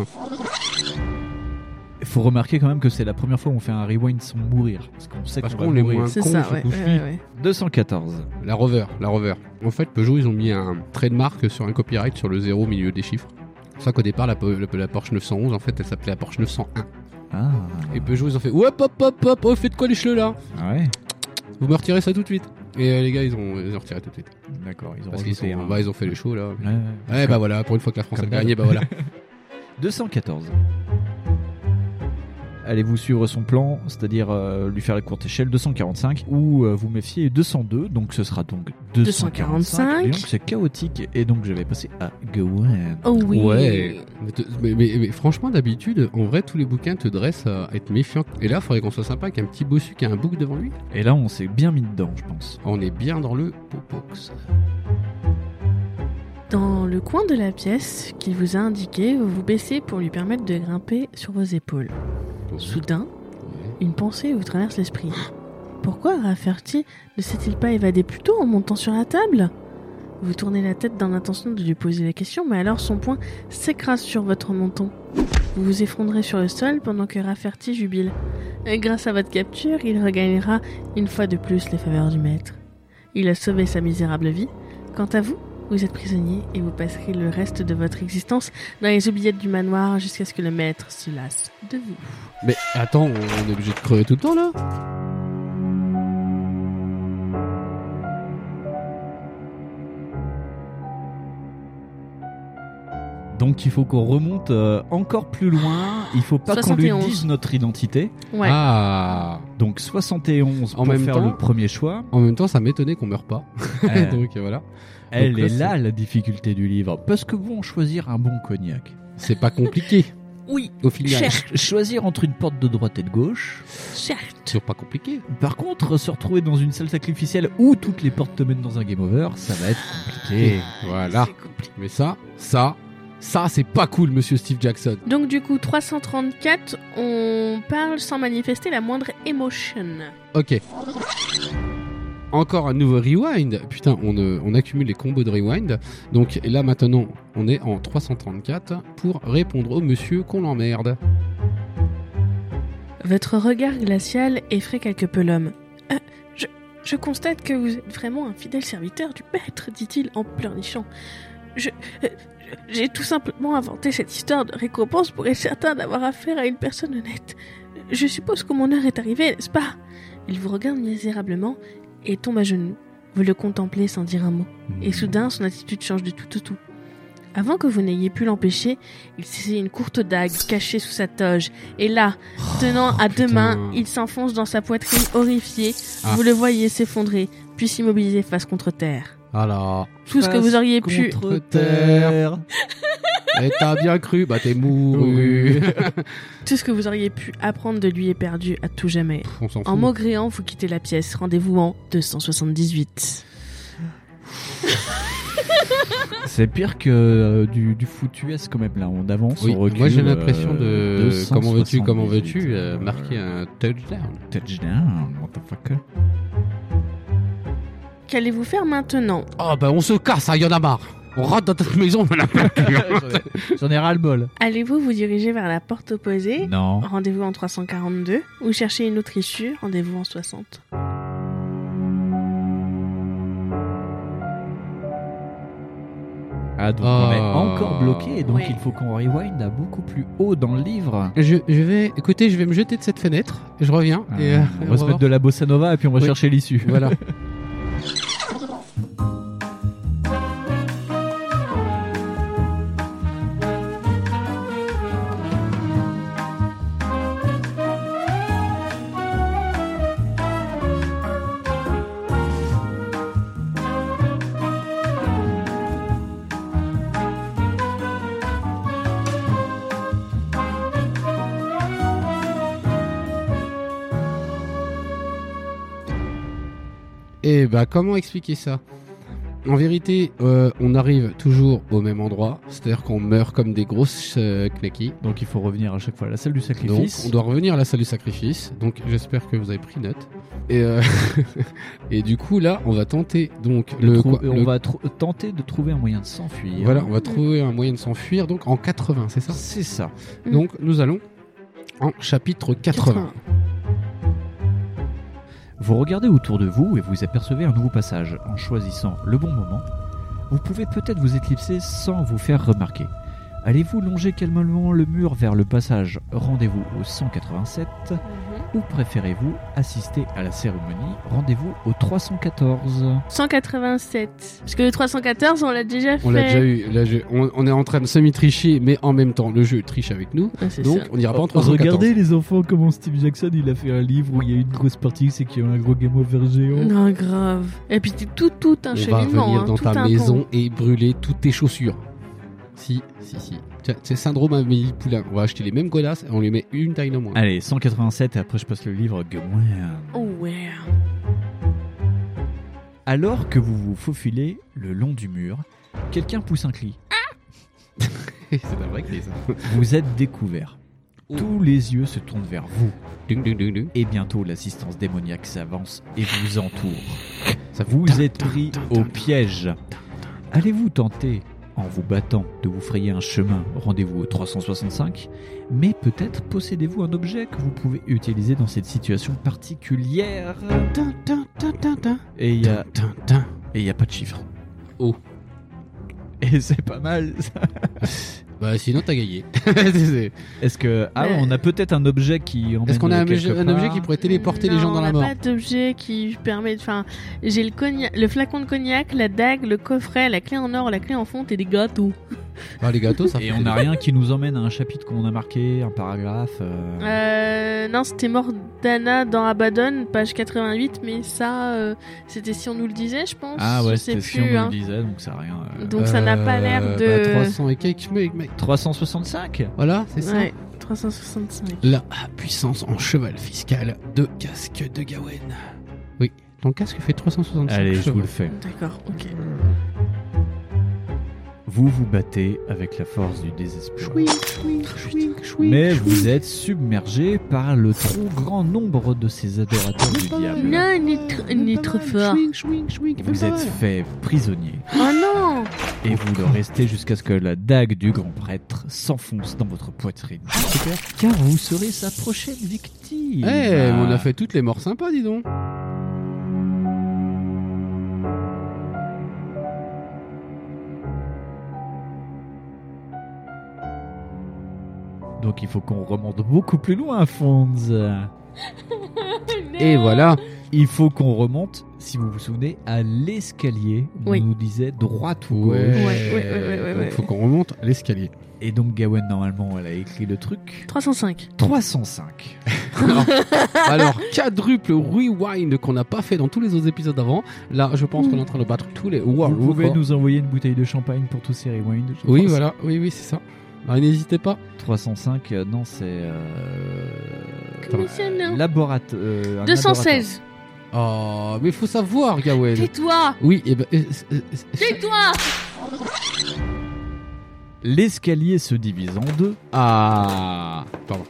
E: Faut remarquer quand même que c'est la première fois où on fait un rewind sans mourir. Parce qu'on sait
C: Parce
E: qu'on va
C: qu'on est
E: mourir.
C: moins- Un
B: C'est
C: con,
B: ça,
C: ce
B: ouais.
C: coup de
B: ouais,
C: fille.
B: ouais.
E: 214.
C: La rover, la rover. En fait, Peugeot, ils ont mis un trait de marque sur un copyright sur le zéro au milieu des chiffres. C'est pour ça qu'au départ, la, Po- la- la Porsche 911, en fait, elle s'appelait la Porsche 901.
E: Ah,
C: Et Peugeot, ils ont fait Hop, hop, hop, hop, oh, faites quoi les cheveux là
E: ouais.
C: Vous me retirez ça tout de suite. Et euh, les gars, ils ont, ils ont retiré tout de suite.
E: D'accord, ils ont
C: Parce qu'ils sont,
E: rajouté un-
C: bah, ils ont fait le show là.
E: hein. Ouais, ouais.
C: Ouais, bah voilà, pour une fois que la France a
E: Comme d'hab.
C: gagné, bah voilà.
E: 214. Allez-vous suivre son plan, c'est-à-dire euh, lui faire la courte échelle 245 ou euh, vous méfiez 202, donc ce sera donc 245.
B: 245.
E: Dis Donc c'est chaotique et donc je vais passer à Gawain.
B: Oh oui.
C: Ouais. Mais, te- mais- mais- mais franchement, d'habitude, en vrai, tous les bouquins te dressent à être méfiant. Et là, faudrait qu'on soit sympa avec un petit bossu qui a un bouc devant lui.
E: Et là on s'est bien mis dedans, je pense.
C: On est bien dans le popox.
B: Dans le coin de la pièce qu'il vous a indiqué, vous vous baissez pour lui permettre de grimper sur vos épaules. Soudain,
C: Ouais.
B: une pensée vous traverse l'esprit. Pourquoi Rafferty ne s'est-il pas évadé plus tôt en montant sur la table Vous tournez la tête dans l'intention de lui poser la question, mais alors son poing s'écrase sur votre menton. Vous vous effondrez sur le sol pendant que Rafferty jubile. Et grâce à votre capture, il regagnera une fois de plus les faveurs du maître. Il a sauvé sa misérable vie. Quant à vous, vous êtes prisonnier et vous passerez le reste de votre existence dans les oubliettes du manoir jusqu'à ce que le maître se lasse de vous.
C: Mais attends, on est obligé de crever tout le temps là
E: Donc il faut qu'on remonte euh, encore plus loin, il faut pas qu'on lui
B: 71.
E: dise notre identité.
B: Ouais.
C: Ah
E: Donc 71
C: En
E: pour
C: même
E: faire
C: temps-
E: le premier choix.
C: En même temps, ça m'étonnait qu'on meure pas.
E: Euh,
C: Donc euh, voilà.
E: elle
C: donc là,
E: est
C: c'est-
E: là la difficulté du livre parce que bon choisir un bon cognac.
C: C'est pas compliqué.
B: Oui,
C: Au final,
B: Cher.
E: Ch- Choisir entre une porte de droite et de gauche.
B: certes.
C: c'est pas compliqué.
E: Par contre, se retrouver dans une salle sacrificielle où toutes les portes te mènent dans un game over, ça va être compliqué.
C: Eh, Voilà. Mais ça, ça, ça, c'est pas cool, monsieur Steve Jackson.
B: Donc du coup, 334, on parle sans manifester la moindre émotion.
C: Ok. Encore un nouveau rewind. Putain, on, euh, on accumule les combos de rewind. Donc là maintenant, on est en 334 pour répondre au monsieur qu'on l'emmerde.
B: Votre regard glacial effraie quelque peu l'homme. Euh, je, je constate que vous êtes vraiment un fidèle serviteur du maître, dit-il en pleurnichant. Je, euh, je- j'ai tout simplement inventé cette histoire de récompense pour être certain d'avoir affaire à une personne honnête. Je suppose que mon heure est arrivée, n'est-ce pas Il vous regarde misérablement et tombe à genoux. Vous le contemplez sans dire un mot. Et soudain, son attitude change de tout au tout. Avant que vous n'ayez pu l'empêcher, il saisit une courte dague cachée sous sa toge. Et là, tenant à deux
C: Oh, putain.
B: mains, il s'enfonce dans sa poitrine horrifiée.
C: Ah.
B: Vous le voyez s'effondrer, puis s'immobiliser face contre terre.
C: Ah là.
B: Tout ce que vous auriez pu...
E: Contre terre.
C: Et Eh, t'as bien cru, bah t'es mouru.
B: Tout ce que vous auriez pu apprendre de lui est perdu à tout jamais.
C: on s'en fout.
B: En maugréant, vous quittez la pièce. Rendez-vous en 278.
E: C'est pire que euh, du, du foutu S quand même là. On avance,
C: Oui,
E: on recule.
C: moi j'ai l'impression
E: euh,
C: de comment veux-tu, comment
E: 278,
C: veux-tu euh,
E: euh,
C: marquer un touchdown.
E: touchdown, what the fuck.
B: Qu'allez-vous faire maintenant
C: Oh bah on se casse, il y en a marre. On rate dans cette maison, on en a plein plus.
E: J'en ai ras le bol.
B: Allez-vous vous diriger vers la porte opposée
E: Non.
C: Hein
B: Rendez-vous en 342 ou cherchez une autre issue, rendez-vous en 60.
E: Ah, donc on est
C: Ah.
E: encore bloqué, donc
B: Ouais.
E: il faut qu'on rewind à beaucoup plus haut dans le livre.
C: Je, je vais, écoutez, je vais me jeter de cette fenêtre, je reviens. et,
E: Euh,
C: euh,
E: on va se mettre
C: voir.
E: de la bossa nova et puis on va
C: Oui.
E: chercher l'issue.
C: Voilà. Et bah, comment expliquer ça En vérité, euh, on arrive toujours au même endroit, c'est-à-dire qu'on meurt comme des grosses euh, knackis.
E: Donc il faut revenir à chaque fois à la salle du
C: Donc,
E: sacrifice.
C: on doit revenir à la salle du sacrifice. Donc, j'espère que vous avez pris note. Et, euh, et du coup, là, on va tenter donc
E: De
C: le,
E: trou-
C: quoi-
E: on
C: le-
E: va tr- tenter de trouver un moyen de s'enfuir.
C: voilà, on va trouver un moyen de s'enfuir. Donc, en 80, c'est ça
E: C'est ça.
B: Mm.
C: Donc, nous allons en chapitre 80.
E: Vous regardez autour de vous et vous apercevez un nouveau passage. En choisissant le bon moment, vous pouvez peut-être vous éclipser sans vous faire remarquer. Allez-vous longer calmement le mur vers le passage Rendez-vous au 187
B: Mhm.
E: ou préférez-vous assister à la cérémonie Rendez-vous au 314.
B: 187. Parce que le 314, on l'a déjà fait.
C: On l'a déjà eu. là, je- on, on est en train de semi-tricher, mais en même temps, le jeu triche avec nous.
B: Ah, c'est
C: Donc,
B: ça.
C: on ira pas en 314.
E: les enfants comment Steve Jackson il a fait un livre où il y a une grosse partie, c'est qu'il y a un gros game over géant.
B: Non, grave. Et puis c'était tout, tout un
C: on va
B: cheminement.
C: venir
B: hein,
C: dans
B: tout
C: ta
B: un
C: maison
B: pont.
C: et brûler toutes tes chaussures. Si, si, si. Tiens, C'est syndrome Amélie Poulain. On va acheter les mêmes godasses et on lui met une taille en moins.
E: Allez, 187 et après je passe le livre Gumware.
B: Oh, ouais.
E: Alors que vous vous faufilez le long du mur, quelqu'un pousse un cri.
C: C'est un vrai clé, ça.
E: Vous êtes découvert. Tous les yeux se tournent vers vous.
C: Dung, dung, dung, dung.
E: Et bientôt, l'assistance démoniaque s'avance et vous entoure.
C: Ça
E: Vous
C: Tin,
E: êtes
C: tin,
E: pris
C: tin, tin,
E: au
C: tin.
E: piège. Allez-vous tenter, en vous battant, de vous frayer un chemin Rendez-vous au 365. Mais peut-être possédez-vous un objet que vous pouvez utiliser dans cette situation particulière.
C: Tin, tin, tin, tin, tin.
E: Et il y a
C: Tin, tin.
E: Et il n'y a pas de chiffre.
C: Oh.
E: Et c'est pas mal. ça.
C: Bah, sinon, t'as gagné. C'est- c'est-
E: Est-ce que. Ah,
B: Euh.
E: on a peut-être un objet qui. emmène
C: Est-ce qu'on a un,
E: quelque
C: objet- un
E: part
C: objet qui pourrait téléporter les gens
B: Non,
C: dans la
B: On
C: mort
B: n'a pas d'objet qui permet. de- Enfin, j'ai le, cognac, le flacon de cognac, la dague, le coffret, la clé en or, la clé en fonte et des gâteaux.
C: Ah, Les gâteaux, ça
E: Et
C: fait
E: on
C: des-
E: n'a rien qui nous emmène à un chapitre qu'on a marqué, un paragraphe. euh.
B: Euh, non, c'était Mordana dans Abaddon, page 88, mais ça, euh, c'était si on nous le disait, je pense.
E: Ah
B: Je
E: ouais,
B: sais
E: c'était si on
B: plus,
E: nous
B: hein.
E: le disait, donc ça a rien. euh.
B: Donc ça n'a pas l'air
C: Euh,
B: de-
C: bah, 300 et quelques, mec, mec.
E: 365
C: Voilà, c'est ça.
B: Ouais, 365.
C: La puissance en cheval fiscal de casque de Gawain. Oui, ton casque fait 365
E: Allez, je
C: chevaux.
E: vous le fais.
B: D'accord, ok.
E: Vous vous battez avec la force du désespoir. Mais vous êtes submergé par le trop grand nombre de ces adorateurs du diable.
B: Non, il est, tr- il est trop fort.
E: Vous êtes fait prisonnier.
B: Oh non
E: Et vous le restez jusqu'à ce que la dague du grand prêtre s'enfonce dans votre poitrine. Car vous serez sa prochaine victime.
C: Eh, on a fait toutes les morts sympas, dis donc.
E: Donc il faut qu'on remonte beaucoup plus loin, Fonz.
C: Et voilà.
E: Il faut qu'on remonte, si vous vous souvenez, à l'escalier. On
B: Oui.
E: nous disait droite ou gauche.
B: Ouais, ouais, ouais, ouais,
C: Donc,
B: ouais.
C: faut qu'on remonte l'escalier.
E: Et donc Gawen, normalement, elle a écrit le truc.
B: 305.
E: 305.
C: Alors, quadruple rewind qu'on n'a pas fait dans tous les autres épisodes avant. Là, je pense qu'on est en train de battre tous les world
E: vous pouvez
C: records.
E: nous envoyer une bouteille de champagne pour tous ces rewinds. je
C: Oui,
E: pense.
C: voilà. Oui, oui, c'est ça. Ah, N'hésitez pas.
E: 305, euh, non, c'est. euh,
B: Comment ça, non
E: Laborate- euh, un
B: 216.
C: Oh, mais faut savoir, Gawain.
B: Tais-toi
C: Oui, et ben. euh, euh, euh,
B: Tais-toi
E: laboratoire. L'escalier se divise en deux
C: Ah, pardon.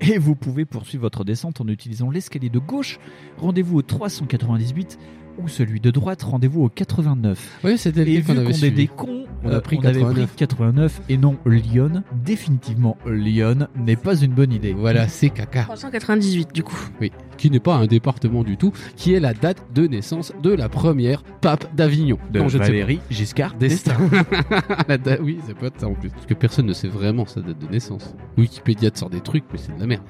E: et vous pouvez poursuivre votre descente en utilisant l'escalier de gauche. Rendez-vous au 398 ou celui de droite, rendez-vous au 89.
C: Oui, c'était
E: Et
C: le
E: vu
C: qu'on
E: qu'on
C: avait
E: est
C: suivi.
E: des cons,
C: On a
E: euh,
C: pris
E: avait
C: 89.
E: pris 89 et non Lyon. Définitivement, Lyon n'est pas une bonne idée.
C: Voilà, c'est caca.
B: 398 du coup.
C: Oui, qui n'est pas un département du tout, qui est la date de naissance de la première pape d'Avignon.
E: De
C: Non, je ne sais pas.
E: Valérie Giscard
C: Destin.
E: d'Estaing.
C: La date- oui, ça peut être ça en plus. Parce que personne ne sait vraiment sa date de naissance. Wikipédia te sort des trucs, mais c'est de la merde.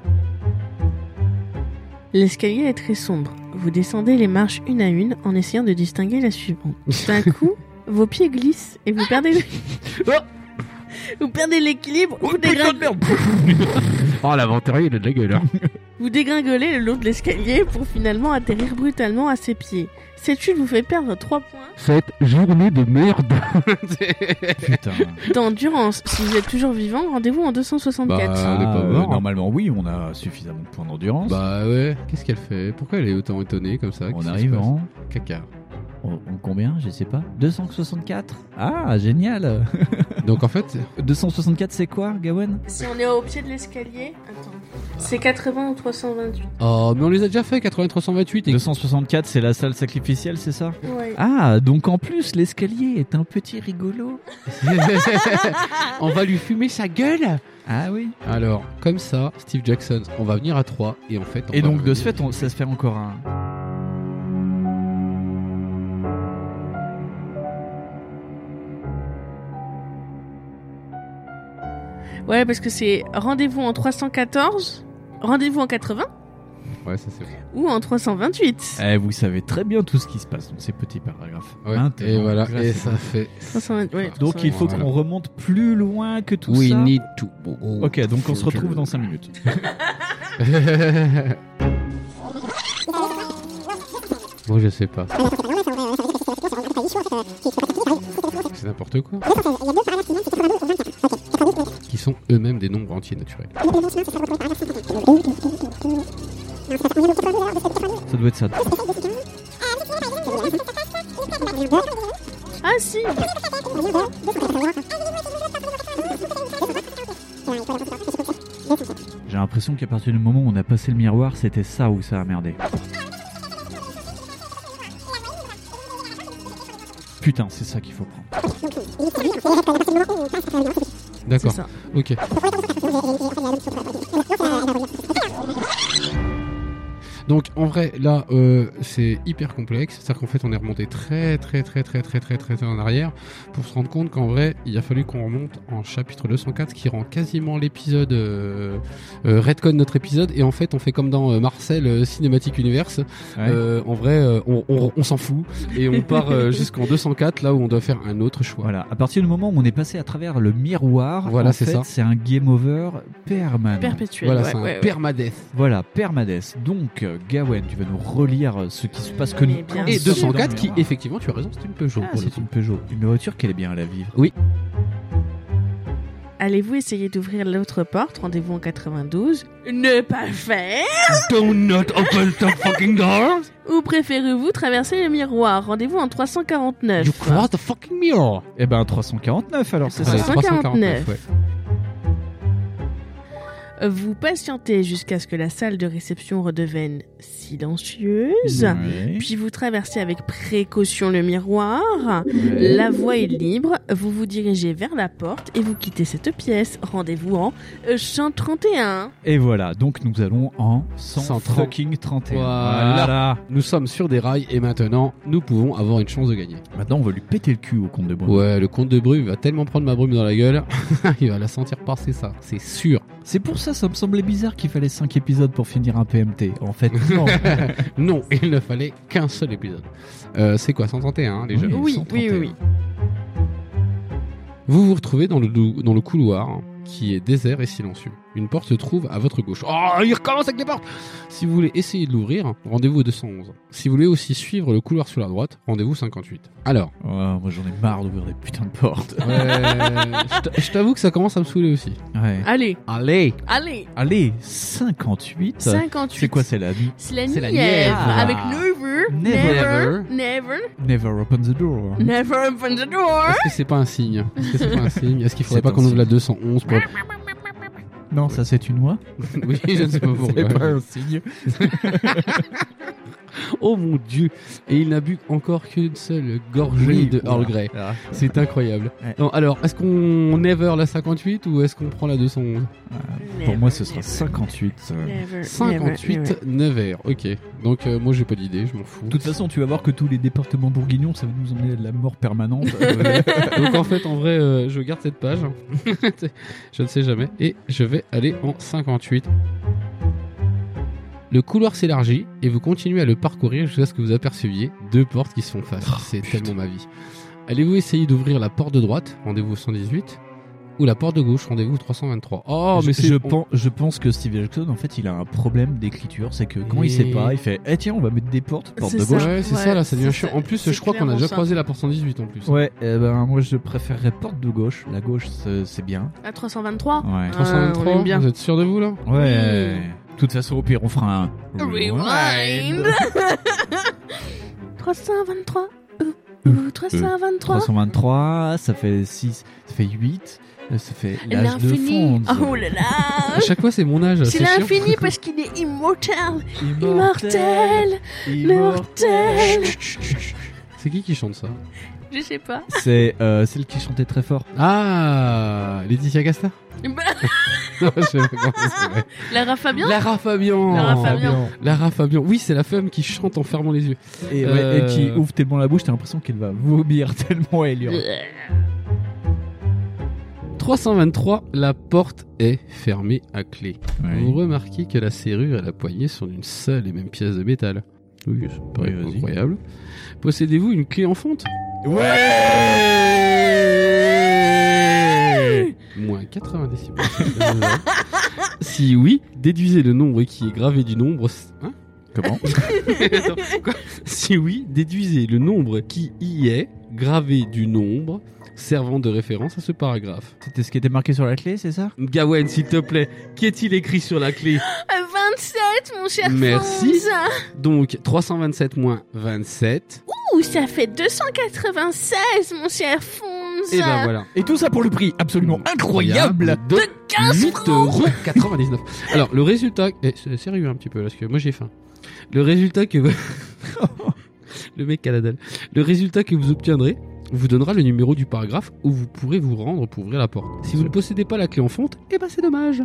B: L'escalier est très sombre. Vous descendez les marches une à une en essayant de distinguer la suivante. D'un coup, vos pieds glissent et vous perdez le- Vous perdez l'équilibre, vous, dégringolez-
C: Oh, l'aventurier, il a de la gueule, hein.
B: vous dégringolez le long de l'escalier pour finalement atterrir brutalement à ses pieds. Cette chute vous fait perdre 3 points
C: Cette journée de merde.
E: Ah, Putain.
B: d'endurance. Si vous êtes toujours vivant, rendez-vous en 264.
C: Bah, on est pas
E: euh,
C: mort.
E: normalement, oui, on a suffisamment de points d'endurance.
C: bah ouais, qu'est-ce qu'elle fait Pourquoi elle est autant étonnée comme ça Qu'est-ce
E: on
C: qui se
E: arrive hein.
C: passe
E: en...
C: caca.
E: en- en combien Je sais pas. 264 Ah, génial
C: Donc en fait,
E: 264, c'est quoi, Gawen
B: Si on est au pied de l'escalier, attends. C'est 80 ou 328.
C: oh mais on les a déjà fait 8328 et
E: 264, c'est la salle sacrificielle, c'est ça
B: Ouais.
E: Ah, donc en plus, l'escalier est un petit rigolo.
C: on va lui fumer sa gueule.
E: Ah oui
C: Alors comme ça, Steve Jackson, on va venir à 3 et en fait. On
E: Et
C: va
E: donc, de
C: revenir-
E: ce fait, on- ça se fait encore un.
B: Ouais, parce que c'est rendez-vous en 314, rendez-vous en 80
C: Ouais, ça c'est vrai.
B: ou en 328.
E: Eh, vous savez très bien tout ce qui se passe dans ces petits paragraphes.
C: Ouais.
E: Hein,
C: et
E: tellement
C: voilà,
E: classe.
C: et ça fait.
B: 320 ouais,
E: Donc, il faut
C: Voilà.
E: qu'on remonte plus loin que tout ça.
C: to.
E: Ok, donc on se retrouve dans 5 minutes.
C: bon, je sais pas. C'est n'importe quoi. Qui sont eux-mêmes des nombres entiers naturels.
E: Ça doit être ça.
B: Ah si
E: J'ai l'impression qu'à partir du moment où on a passé le miroir, c'était ça où ça a merdé. Putain, c'est ça qu'il faut prendre.
B: C'est
C: D'accord.
B: ça.
C: Ok. Donc en vrai, là, euh, c'est hyper complexe. C'est-à-dire qu'en fait, on est remonté très, très, très, très, très, très, très, très en arrière pour se rendre compte qu'en vrai, il a fallu qu'on remonte en chapitre 204, ce qui rend quasiment l'épisode euh, euh, Redcon notre épisode. Et en fait, on fait comme dans euh, Marcel euh, Cinematic Universe. Euh, en vrai, euh, on, on- on s'en fout et on part euh, jusqu'en 204, là où on doit faire un autre choix.
E: Voilà, à partir du moment où on est passé à travers le miroir,
C: Voilà,
E: en
C: c'est
E: fait,
C: ça.
E: C'est un game over permanent.
B: Perpétuel.
C: Voilà,
B: ouais,
C: c'est un
B: ouais, ouais.
C: permadeath.
E: voilà, permadès. Donc, euh, Gawen, tu vas nous relire euh, ce qui se passe que
B: Mais
E: nous.
B: bien
C: Et
B: sûr.
E: sommes dans le
C: 204 qui,
E: miroir.
C: effectivement, tu as raison, Ah, c'est une Peugeot.
E: Ah,
C: pour le
E: c'est une Peugeot. Une voiture qu'elle est bien à la vivre.
B: Allez-vous essayer d'ouvrir l'autre porte, rendez-vous en 92 Ne pas faire
C: Do not open the fucking
E: Ah,
C: door.
B: Ou préférez-vous traverser le miroir, rendez-vous en 349
C: You cross the fucking mirror.
E: Eh ben, 349 alors, c'est ça.
B: Ouais. 349,
C: ouais.
B: Vous patientez jusqu'à ce que la salle de réception redevienne silencieuse.
E: Ouais.
B: Puis vous traversez avec précaution le miroir.
E: Ouais.
B: La voie est libre. Vous vous dirigez vers la porte et vous quittez cette pièce. Rendez-vous en euh, 131.
E: Et voilà, donc nous allons en 100
C: 130.
E: fucking 31.
C: Voilà.
E: Voilà.
C: Nous sommes sur des rails et maintenant, nous pouvons avoir une chance de gagner.
E: Maintenant, on va lui péter le cul au compte de Bruno.
C: Ouais, le comte de brume va tellement prendre ma brume dans la gueule, il va la sentir passer ça, c'est sûr.
E: C'est pour ça, ça me semblait bizarre qu'il fallait 5 épisodes pour finir un PMT. En fait, non.
C: Non, il ne fallait qu'un seul épisode. Euh, c'est quoi, 131 déjà
E: Oui.
B: Oui,
E: 131.
B: oui, oui, oui.
C: Vous vous retrouvez dans le, dou- dans le couloir hein, qui est désert et silencieux. Une porte se trouve à votre gauche. Oh, il recommence avec les portes Si vous voulez essayer de l'ouvrir, rendez-vous au 211. Si vous voulez aussi suivre le couloir sur la droite, rendez-vous 58. Alors,
E: Ouais, moi, j'en ai marre d'ouvrir des putains de portes.
C: ouais, je t'a- je t'avoue que ça commence à me saouler aussi.
E: Ouais.
B: Allez,
C: Allez
B: allez.
E: Allez, 58.
B: 58.
E: C'est quoi, c'est la vie
B: C'est la
C: C'est la
B: Nièvre. Ah.
C: Nièvre.
B: Avec never,
E: Never.
B: never, never,
E: Never open the door.
B: never open the door.
C: Est-ce que c'est pas un signe Est-ce que c'est pas un signe Est-ce qu'il faudrait
E: C'est
C: pas
E: un
C: qu'on ouvre
E: signe.
C: la 211 pour...
E: Non, ça, c'est une oie.
C: Oui, je ne sais pas pourquoi.
E: C'est pas un signe.
C: Oh mon dieu Et il n'a bu encore qu'une seule gorgée de Earl Grey.
E: Ah.
C: C'est incroyable.
E: Ouais.
C: Non, alors, est-ce qu'on ever la 58 ou est-ce qu'on prend la 211
E: Pour moi, ce sera 58. euh.
B: Never, never,
C: 58 never. Ok. Donc euh, moi j'ai pas d'idée, je m'en fous.
E: De toute façon, tu vas voir que tous les départements bourguignons, ça va nous emmener à de la mort permanente. Euh,
C: Donc en fait, en vrai, euh, je garde cette page. je ne sais jamais. Et je vais aller en 58. Le couloir s'élargit et vous continuez à le parcourir jusqu'à ce que vous aperceviez deux portes qui se font
E: Oh,
C: face. C'est tellement ma vie. Allez-vous essayer d'ouvrir la porte de droite, rendez-vous 118, ou la porte de gauche, rendez-vous 323 Oh, mais
E: je,
C: c'est...
E: je
C: on-
E: pense, je pense que Steve Jackson, en fait, il a un problème d'écriture. C'est que quand
C: Mais-
E: il sait pas, il fait Eh tiens, on va mettre des portes, porte
B: C'est
E: de
B: ça.
E: gauche.
C: Ouais, c'est
B: Ouais,
C: ça, là, ça devient
B: c'est
C: chiant.
B: ça,
C: En plus,
B: c'est
C: je crois qu'on a
B: clairement
C: déjà
B: ça.
C: croisé la porte 118 en plus.
E: Ouais, eh ben moi je préférerais porte de gauche. La gauche, c'est c'est bien.
B: À 323
E: Ouais.
C: 323,
B: Ah, on aime bien.
C: vous êtes sûr de vous, là
E: Ouais. De toute façon, au pire, on fera un
B: Rewind. 323
E: Euh,
B: ou, ou 323
E: 323, ça fait 6, ça fait 8, ça fait l'âge de
B: L'infini
E: Fonz.
B: Oh là là
C: À chaque fois, c'est mon âge.
B: C'est
C: chiant.
B: l'infini parce qu'il est immortel Immortel Mortel
C: C'est qui qui chante ça
B: Je sais pas.
E: C'est euh, celle qui chantait très fort.
C: Ah Laetitia Casta Non, je sais pas comment c'est vrai.
B: Lara Fabian
C: Lara Fabian
E: Ah,
B: Lara Fabian.
C: Lara Fabian. Oui, c'est la femme qui chante en fermant les yeux.
E: Et,
C: Euh,
E: ouais, et qui ouvre tellement la bouche, t'as l'impression qu'elle va vomir tellement elle hurle.
B: Euh,
C: 323, la porte est fermée à clé.
E: Ouais.
C: Vous remarquez que la serrure et la poignée sont d'une seule et même pièce de métal. Oui, ça me paraît
E: Oui, vas-y.
C: incroyable. Possédez-vous une clé en fonte Ouais Moins 90. si oui, déduisez le nombre qui est gravé du nombre. Hein
E: Comment
C: Attends, quoi si oui, déduisez le nombre qui y est gravé du nombre servant de référence à ce paragraphe.
E: C'était ce qui était marqué sur la clé, c'est ça
C: Gawen, s'il te plaît, qu'est-il écrit sur la clé
B: 27, mon cher
C: Merci.
B: Fonz.
C: Donc 327 moins 27.
B: Ouh, ça fait 296, mon cher Fonz.
E: Eh
C: Et ben voilà.
E: Et tout ça pour le prix absolument incroyable
C: De
B: De 15 francs
C: 8,99€. Alors le résultat, eh, c'est sérieux un petit peu parce que moi j'ai faim. Le résultat que le mec à la dalle. Le résultat que vous obtiendrez vous donnera le numéro du paragraphe où vous pourrez vous rendre pour ouvrir la porte. Si vous ne possédez pas la clé en fonte, eh ben c'est dommage.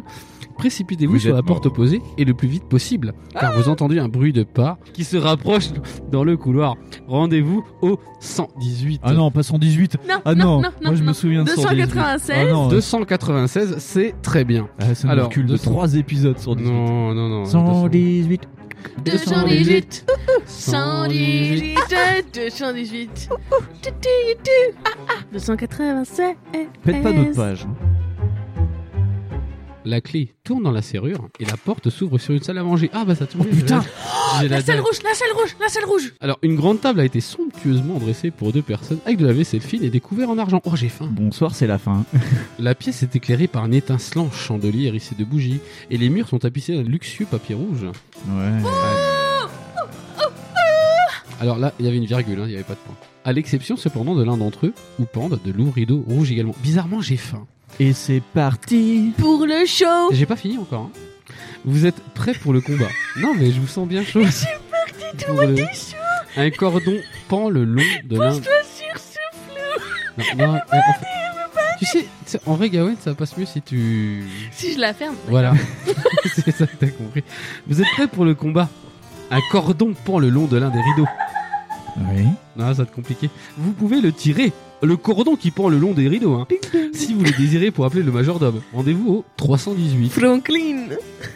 C: Précipitez-vous
E: Vous
C: sur
E: êtes
C: la porte
E: mort. Ah
C: opposée et le plus vite possible, car vous entendez un bruit de pas qui se rapproche dans le couloir. Rendez-vous au 118.
E: Ah non, pas 118
B: Non,
E: Ah
B: non,
E: non,
B: non,
E: moi je me souviens de
B: 296.
E: 118. Ah non,
C: 296, c'est très bien.
E: ah, ça nous
C: Alors,
E: recule de
C: 200.
E: 3 épisodes 118.
C: Non, non, non.
E: 118
B: 218. 118, 218. Ah, 287.
E: Pète pas d'autres pages. hein.
C: La clé tourne dans la serrure et la porte s'ouvre sur une salle à manger. Ah bah ça tombe. bien,
E: putain.
C: j'ai la- j'ai la
B: La salle
C: dalle.
B: rouge, la salle rouge, la salle rouge.
C: Alors une grande table a été somptueusement dressée pour deux personnes avec de la vaisselle fine et des couverts en argent. Oh j'ai faim.
E: Bonsoir, c'est la fin.
C: La pièce est éclairée par un étincelant chandelier hérissé de bougies et les murs sont tapissés d'un luxueux papier rouge.
E: Ouais.
C: Alors là, il y avait une virgule, hein, il n'y avait pas de point. À l'exception cependant de l'un d'entre eux où pendent de lourds rideaux rouges également. Bizarrement j'ai faim.
E: Et c'est parti
B: Pour le show.
C: J'ai pas fini encore. hein. Vous êtes prêts pour le combat Non, mais je vous sens bien chaud. J'ai peur du tout, Un cordon pend le long de l'un.
B: sur ce-
C: Non, non, euh, en fait- Tu sais, tu sais, en vrai, Gawain, ça passe mieux si tu.
B: Si je la ferme.
C: Voilà. C'est ça que t'as compris. Vous êtes prêts pour le combat Un cordon pend le long de l'un des rideaux.
E: Oui.
C: Non, ça va être compliqué. Vous pouvez le tirer. Le cordon qui pend le long des rideaux, hein. Si vous le désirez pour appeler le majordome. Rendez-vous au 318.
B: Franklin.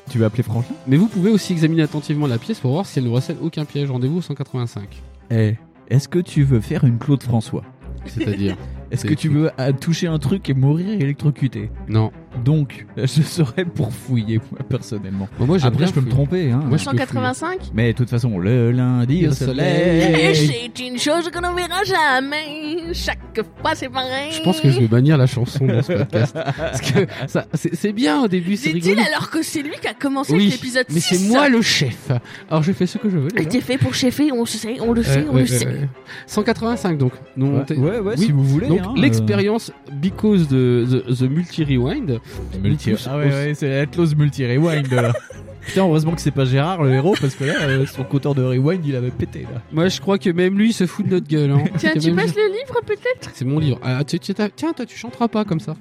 E: Tu vas appeler Franklin
C: Mais vous pouvez aussi examiner attentivement la pièce pour voir si elle ne recèle aucun piège. Rendez-vous au 185.
E: Eh, est-ce que tu veux faire une Claude François
C: C'est-à-dire
E: Est-ce
C: C'est
E: que tu
C: tout.
E: veux ah, toucher un truc et mourir électrocuté
C: Non.
E: Donc, euh, je serais pour fouiller, moi, personnellement.
C: Bon, moi, j'aime
E: Après,
C: bien
E: je peux me
C: fouiller.
E: tromper, hein.
C: Moi, je peux
B: 185.
E: Mais de toute façon, le lundi
C: Le
E: au
B: Et
E: soleil.
B: c'est une chose qu'on ne verra jamais. Chaque fois, c'est pareil.
C: Je pense que je vais bannir la chanson dans ce podcast. Parce que ça, c'est c'est bien au début, c'est
B: Dit-il
C: rigolo.
B: alors que c'est lui qui a commencé
C: Oui,
B: l'épisode 6.
C: mais c'est moi le chef. Alors je fais ce que je veux. les gars.
B: T'es fait pour cheffer, on le sait, on le sait,
C: Ouais,
B: on
C: ouais,
B: le
C: ouais,
B: sait.
C: ouais. 185 donc. Non,
E: Ouais,
C: t'es-
E: ouais, ouais,
C: Oui.
E: si vous voulez.
C: Donc
E: hein, euh,
C: l'expérience because de the, the multi rewind
E: Multi...
C: Tous-
E: Ah ouais, ouais, c'est la close multi-rewind là. Putain, heureusement que c'est pas Gérard le héros parce que là, euh, son compteur de rewind il avait pété là.
C: Moi, je crois que même lui se fout de notre gueule. hein.
B: Tiens,
C: C'est
B: tu
C: même-
B: passes le livre peut-être
C: C'est mon livre. Ah, tu- tu- t'as- tiens, toi, tu chanteras pas comme ça.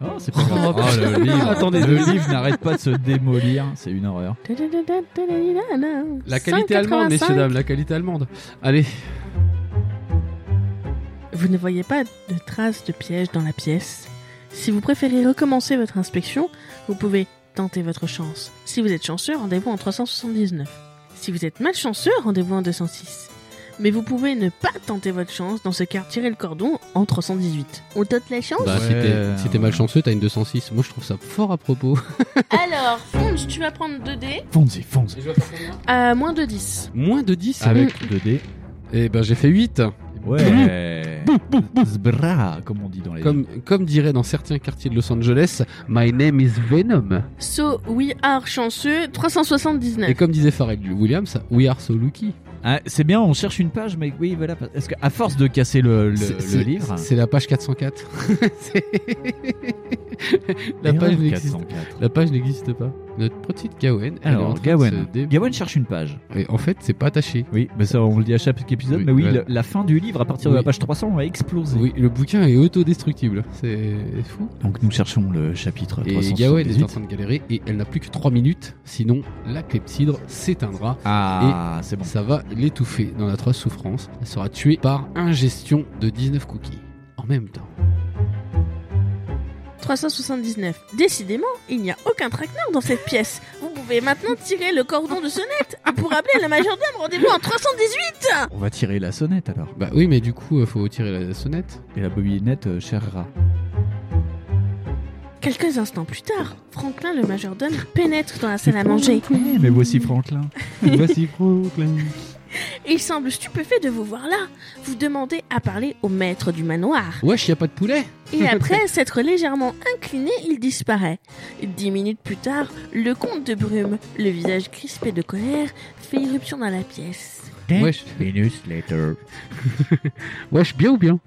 E: Oh, c'est pas grave.
C: Oh, le livre.
E: Attendez,
C: Le
E: le livre n'arrête pas de se démolir, c'est une horreur.
C: La qualité allemande,
B: 5,85.
C: messieurs, dames, la qualité allemande. Allez,
B: Vous ne voyez pas de traces de pièges dans la pièce. Si vous préférez recommencer votre inspection, vous pouvez tenter votre chance. Si vous êtes chanceux, rendez-vous en 379. Si vous êtes malchanceux, rendez-vous en 206. Mais vous pouvez ne pas tenter votre chance, dans ce cas, tirez le cordon en 318.
H: On tente la chance
C: bah,
E: Ouais.
C: si t'es- si t'es malchanceux, t'as une 206. Moi, je trouve ça fort à propos.
B: Alors, Fonge, tu vas prendre 2 dés
E: Fonzi, Fonzi.
B: à Euh, moins de 10.
C: Moins de 10.
E: Avec 2D.
C: Eh ben, j'ai fait 8.
E: Ouais. Zbra, comme on dit dans les.
C: Comme, comme dirait dans certains quartiers de Los Angeles, My name is Venom.
B: So, we are chanceux,
C: Et
B: 379.
C: comme disait Pharrell Williams, We are so lucky.
E: Ah, c'est bien, on cherche une page, mais oui, voilà. Parce qu'à force de casser le, le-
C: C'est-
E: le
C: c'est-
E: livre.
C: C'est la page 404. C'est- la, page
E: Erreur
C: n'existe,
E: 404.
C: la page n'existe pas. Notre petite Gawen. elle est en
E: Alors,
C: train de
E: Gawen.
C: se dé-
E: Gawen cherche une page.
C: Et en fait, c'est pas attaché.
E: Oui, mais ça, on le dit à chaque épisode.
C: Oui,
E: mais oui,
C: ouais.
E: le- la fin du livre, à partir de
C: Oui.
E: la page 300, on va exploser.
C: Oui, le bouquin est autodestructible. C'est fou.
E: Donc, nous cherchons le chapitre
C: Et Gawen est en
E: 378.
C: train de galérer et elle n'a plus que 3 minutes. Sinon, la clepsydre s'éteindra.
E: Ah, c'est bon.
C: Ça va l'étouffer dans l'atroce souffrance. Elle sera tuée par ingestion de 19 cookies. En même temps.
B: 379. Décidément, il n'y a aucun traquenard dans cette pièce. Vous pouvez maintenant tirer le cordon de sonnette. Et pour appeler la majordome, rendez-vous en 318.
E: On va tirer la sonnette alors.
C: Bah oui, mais du coup, euh, faut tirer la sonnette.
E: Et la bobinette euh, cherchera.
B: Quelques instants plus tard, Franklin le majordome pénètre dans la salle à manger.
E: Eh, Mais voici Franklin. voici Franklin.
B: Il semble stupéfait de vous voir là. Vous demandez à parler au maître du manoir.
C: Wesh, y a pas de poulet
B: Et après s'être légèrement incliné, il disparaît. Dix minutes plus tard, le comte de Brume, le visage crispé de colère, fait irruption dans la pièce.
C: Wesh,
E: Minutes later.
C: wesh, bien ou bien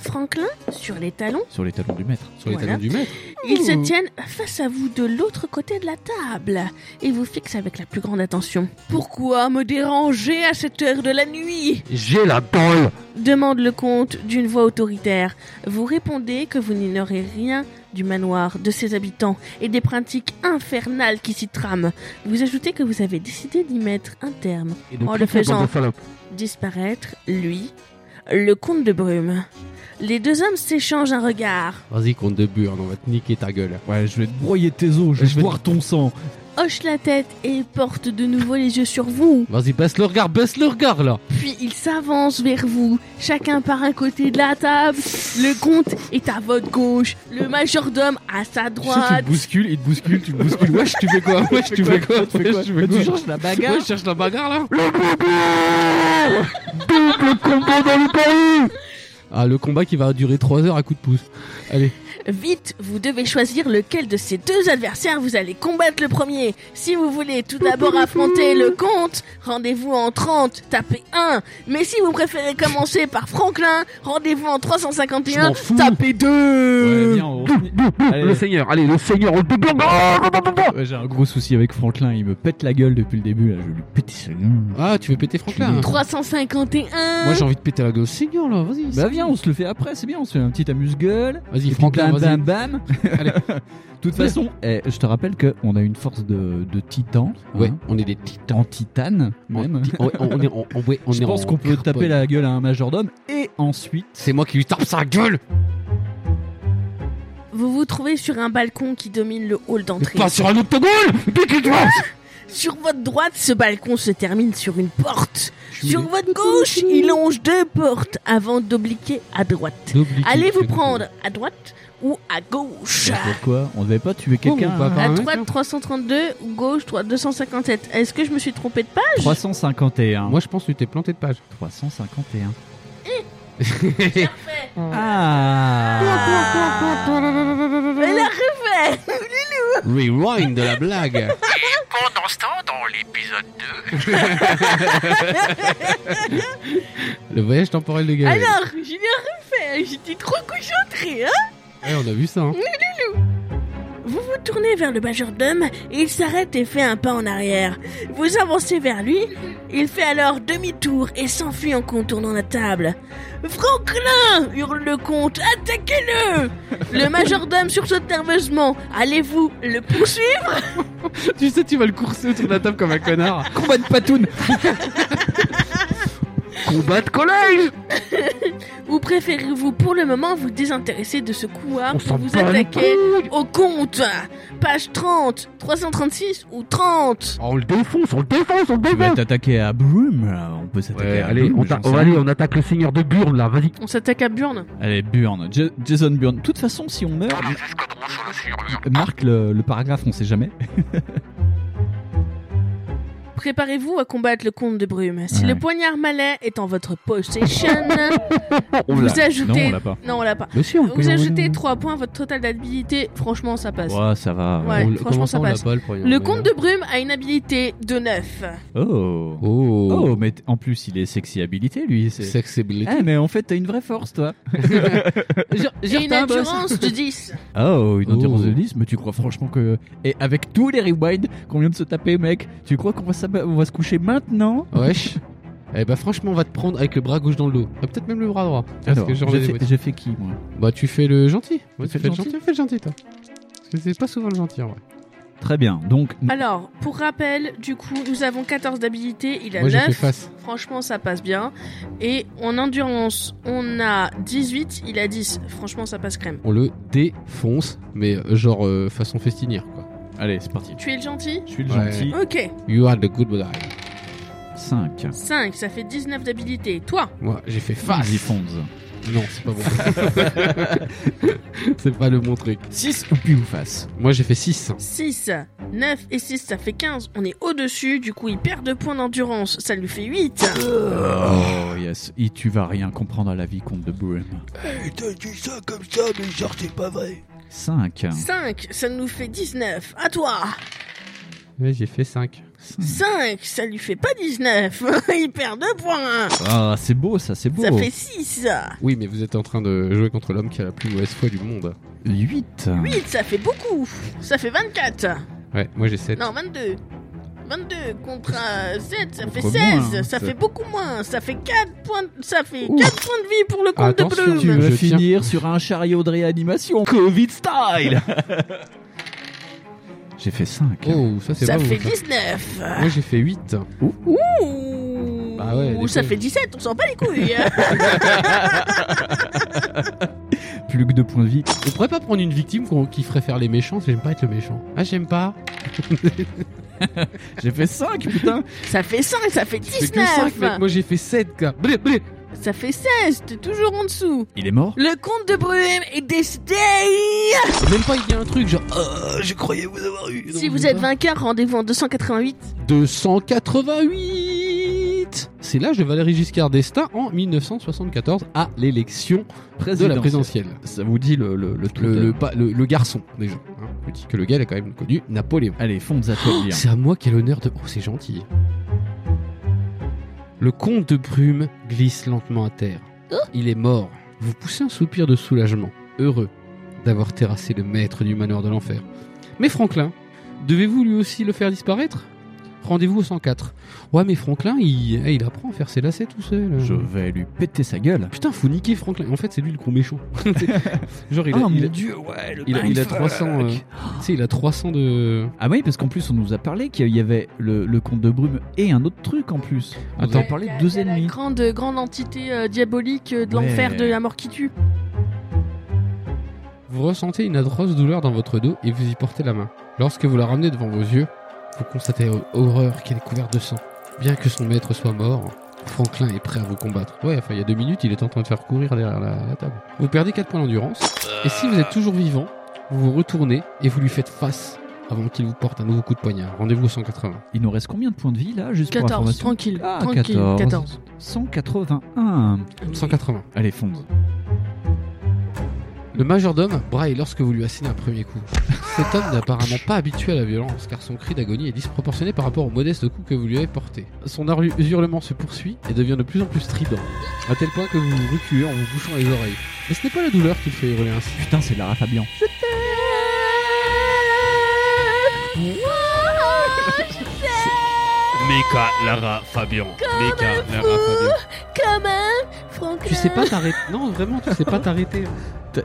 B: Franklin, sur les talons,
E: Sur les talons du maître.
C: Sur les
B: Voilà.
C: talons du maître.
B: Ils se
C: Ouh.
B: tiennent face à vous de l'autre côté de la table et vous fixent avec la plus grande attention. Pourquoi me déranger à cette heure de la nuit
C: J'ai la dalle
B: demande le comte d'une voix autoritaire. Vous répondez que vous n'ignorez rien du manoir, de ses habitants et des pratiques infernales qui s'y trament. Vous ajoutez que vous avez décidé d'y mettre un terme.
C: Et donc,
B: Oh, le
C: putain, bande
B: faisant.
C: de salopes.
B: Disparaître, lui, le comte de Brume. Les deux hommes s'échangent un regard.
C: Vas-y, compte de burne, on va te niquer ta gueule.
E: Ouais, je vais te broyer tes os,
C: Je
E: je
C: vais
E: vais boire ton sang.
B: hoche la tête et porte de nouveau les yeux sur vous.
C: Vas-y, baisse le regard, baisse le regard là
B: Puis il s'avance vers vous, chacun par un côté de la table. Le comte est à votre gauche, le majordome à sa droite.
C: bouscules, il te bouscule, tu le bouscules. Wesh, tu fais quoi Wesh, tu fais quoi Wesh, tu fais quoi
E: changes la bagarre
C: Ouais, je cherche la bagarre là Ah, le combat qui va durer 3 heures à coup de pouce. Allez,
B: Vite, vous devez choisir lequel de ces deux adversaires vous allez combattre le premier. Si vous voulez tout d'abord affronter le comte, rendez-vous en 30, tapez 1. Mais si vous préférez commencer par Franklin, rendez-vous en
C: je m'en
B: 351,
C: fous
B: tapez 2.
E: Ouais, viens, on finit. Allez,
C: seigneur, allez, le seigneur, on
E: ouais, J'ai un gros souci avec Franklin, il me pète la gueule depuis le début, là, je vais lui péter sa gueule.
C: Ah, tu veux péter Franklin hein
B: 351.
C: Moi j'ai envie de péter la gueule au seigneur là, vas-y.
E: Bah viens, on se le fait après, c'est bien, on se fait un petit amuse-gueule.
C: Vas-y,
E: Et puis
C: Franklin,
E: bam,
C: vas-y.
E: bam, bam.
C: Allez.
E: De toute façon, eh, je te rappelle qu'on a une force de, de titan.
C: Ouais,
E: hein,
C: on est des titans.
E: en titane,
C: On,
E: même.
C: on- on est en- on- ouais, on
E: je
C: est
E: pense
C: en
E: qu'on peut
C: carbone.
E: taper la gueule à un majordome et ensuite.
C: C'est moi qui lui tape sa gueule
B: Vous vous trouvez sur un balcon qui domine le hall
C: mais
B: d'entrée.
C: Pas sur un octogone Pique-toi
B: Sur votre droite, ce balcon se termine sur une porte.
C: Je suis
B: Sur votre gauche, il longe deux portes avant d'obliquer à droite.
C: d'obliquer.
B: Allez vous prendre à droite ou à gauche
E: Ah, Pourquoi bah, On devait pas tuer
C: Pourquoi
E: quelqu'un
C: on va
E: hein
C: pas
B: À
C: Ah ouais,
B: droite
C: tiens.
B: 332, ou gauche 3 257. Est-ce que je me suis trompé de page
E: 351.
C: Moi je pense que tu t'es planté de page.
E: 351.
B: Parfait.
E: Ah
B: Elle a refait
C: Rewind de la blague
I: Pendant ce temps, dans l'épisode 2,
C: Le voyage temporel de Gaël.
B: Alors, je l'ai refait J'étais trop concentrée, hein
C: Ouais, on a vu ça. hein.
B: tournez vers le majordome et il s'arrête et fait un pas en arrière. Vous avancez vers lui, il fait alors demi-tour et s'enfuit en contournant la table. Franklin hurle le comte, attaquez-le Le majordome sursaute nerveusement. Allez-vous le poursuivre
C: tu sais, tu vas le courser autour de la table comme un connard.
G: Combat de patoune
C: Combat de collège
B: Ou préférez-vous pour le moment vous désintéresser de ce
C: Hein,
B: couloir pour vous attaquer au compte Page 30, 336 ou
C: Ah,
B: 30
H: On le défonce, on le défonce, on le
E: Tu vas
H: défonce
E: t'attaquer à Broom, là. on peut s'attaquer
H: Ouais,
E: à
H: allez,
E: Broom,
H: on,
E: j'en
H: t'a-
E: sais
H: oh,
E: rien.
H: allez, on attaque le seigneur de Burne, là, vas-y
B: On s'attaque à Burn.
E: Allez, Burn. Ja- Jason Burn. De toute façon, si on meurt,
I: Tous les escadrons sur le Seigneur Lion.
E: marque le, le paragraphe, on sait jamais.
B: Préparez-vous à combattre le comte de brume. Si
E: Ouais.
B: le poignard malais est en votre possession,
E: On l'a.
B: vous
E: Non,
B: ajoutez...
E: on l'a pas. Mmh.
B: Non, on l'a pas. Vous ajoutez 3 points à votre total d'habilité. Franchement, ça passe.
E: Ouais, ça va.
B: Ouais,
C: On-
B: franchement,
C: comment
B: ça
C: on l'a
B: passe.
C: pas, le premier hein.
B: Le comte de brume a une habilité de 9.
E: Oh. oh.
C: Oh,
E: mais t- en plus, il est sexy habilité, lui. c'est-
C: Sexabilité.
E: Eh, mais en fait, t'as une vraie force, toi.
B: Et une
E: un boss.
B: endurance de 10.
E: Oh, une
C: Oh.
E: endurance de 10, mais tu crois franchement que. Et avec tous les rewinds qu'on vient de se taper, mec, tu crois qu'on va, s'ab- on va se coucher maintenant
C: Wesh. Eh bah franchement, on va te prendre avec le bras gauche dans le dos. Ah, Peut-être même le bras droit. Parce
E: Alors,
C: que genre,
E: j'ai
C: les-
E: fait, j'ai fait qui, moi
C: Bah tu fais le gentil.
E: Je
C: tu
E: fais
C: fais,
E: le
C: le gentil, fais le gentil toi. Parce que c'est pas souvent le gentil en vrai.
E: Très bien, donc.
B: Alors, pour rappel, du coup, nous avons 14 d'habilité, il a
C: Moi j'ai
B: 9.
C: fait face.
B: Franchement, ça passe bien. Et en endurance, on a 18, il a 10. Franchement, ça passe crème.
C: On le défonce, mais euh, genre euh, façon festinière quoi.
E: Allez, c'est parti.
B: Tu es le gentil
E: Je suis le
C: Ouais.
E: gentil.
B: Ok.
C: You are the good guy.
E: 5.
B: 5, ça fait 19 d'habilité. Toi
C: Moi j'ai fait face. Non, c'est pas bon. c'est pas le bon truc.
E: 6 ou puis ou face
C: Moi j'ai fait 6.
B: 6, 9 et 6, ça fait 15. On est au-dessus, du coup, il perd 2 points d'endurance. Ça lui fait 8.
E: Oh, yes. Et tu vas rien comprendre à la vie, comte de Brum.
J: Putain, dis ça comme ça, mais genre c'est pas vrai.
E: 5.
B: 5, ça nous fait 19. À toi
C: Ouais, j'ai fait 5.
B: 5, ça lui fait pas 19. il perd 2 points.
E: Ah, c'est beau, ça, c'est beau.
B: Ça fait 6.
C: Oui, mais vous êtes en train de jouer contre l'homme qui a la plus mauvaise foi du monde.
E: 8.
B: 8, ça fait beaucoup. Ça fait 24.
C: Ouais, moi j'ai 7.
B: Non, 22. 22 contre 7, ça fait 16.
E: Contre moins, hein,
B: ça
E: ça-
B: fait beaucoup moins. Ça fait 4 points, ça fait 4 points de vie pour le compte
C: Attention,
B: de
E: Tu
C: Je
B: Bloom.
E: vas
C: tiens.
E: finir sur un chariot de réanimation. Covid style J'ai fait 5.
C: Oh, ça c'est
B: Ça
C: pas
B: fait
C: bon, ça.
B: 19.
C: Moi j'ai fait 8.
B: Ouh.
C: Bah ouais, les
B: ça
C: couilles.
B: fait 17, on s'en bat les couilles. hein.
E: Plus que 2 points de vie.
C: On pourrait pas prendre une victime qu'on- qui ferait faire les méchants, parce que j'aime pas être le méchant. Ah, j'aime pas.
E: J'ai fait 5, putain
B: ça fait 5, ça fait
C: J'ai que 5,
B: 19.
C: mec. Moi j'ai fait 7, gars. Blé, blé.
B: Ça fait 16, t'es toujours en dessous.
E: Il est mort
B: Le compte de Bloom est décédé.
C: Même pas, il y a un truc genre oh,
J: Ah, je croyais vous avoir eu.
B: Si vous êtes vainqueur, rendez-vous en 288.
C: 288 C'est l'âge de Valéry Giscard d'Estaing en 1974 à l'élection de la présidentielle.
E: Ça vous dit le, le, le truc
C: Le,
E: de-
C: le pa- le- le garçon, déjà. hein. Je vous dis que le gars, il a quand même connu Napoléon.
E: Allez, fonde à toi bien.
C: C'est à moi qu'est l'honneur de. Oh, c'est gentil. Le comte de Brume glisse lentement à terre. Il est mort. Vous poussez un soupir de soulagement, heureux d'avoir terrassé le maître du manoir de l'enfer. Mais Franklin, devez-vous lui aussi le faire disparaître Rendez-vous au 104. Ouais, mais Franklin, il, eh, il apprend à faire ses lacets tout seul.
E: Je vais lui péter sa gueule.
C: Putain, faut niquer Franklin. En fait, c'est lui le gros méchant. Genre, il a,
E: Oh
C: il a-
E: mon dieu, Ah, ouais, le
C: il a- il a
E: mindfuck.
C: 300. euh, tu sais, il a 300 de.
E: Ah oui, parce qu'en plus, on nous a parlé qu'il y avait le, le comte de Brume et un autre truc en plus. On nous a
C: Attends.
E: parlé
B: Il y a-
E: de deux
B: il y a La
E: ennemis.
B: grande, grande entité euh, diabolique euh, de
E: Ouais.
B: l'enfer de la mort qui tue.
C: Vous ressentez une atroce douleur dans votre dos et vous y portez la main. Lorsque vous la ramenez devant vos yeux, vous constatez hor- horreur qu'elle est couverte de sang. Bien que son maître soit mort, Franklin est prêt à vous combattre. Ouais, enfin, il y a deux minutes, il est en train de faire courir derrière la, la table. Vous perdez 4 points d'endurance, et si vous êtes toujours vivant, vous vous retournez et vous lui faites face avant qu'il vous porte un nouveau coup de poignard. Rendez-vous au 180.
E: Il nous reste combien de points de vie là Juste pour
B: 14,
E: information.
B: tranquille.
E: Ah,
B: tranquille,
E: 14.
B: 14.
E: 181.
C: 180.
E: Allez, fonde.
C: Le majordome braille lorsque vous lui assénez un premier coup. Cet homme n'est apparemment pas habitué à la violence car son cri d'agonie est disproportionné par rapport au modeste coup que vous lui avez porté. Son arlu- hurlement se poursuit et devient de plus en plus strident, à tel point que vous vous reculez en vous bouchant les oreilles. Mais ce n'est pas la douleur qui le fait hurler ainsi.
E: Putain, c'est Lara Fabian.
K: Mika, Lara, Fabian. Mika, Lara, Fabian.
B: Comme un Franklin.
K: Tu sais pas t'arrêter. Non, vraiment, tu sais pas t'arrêter.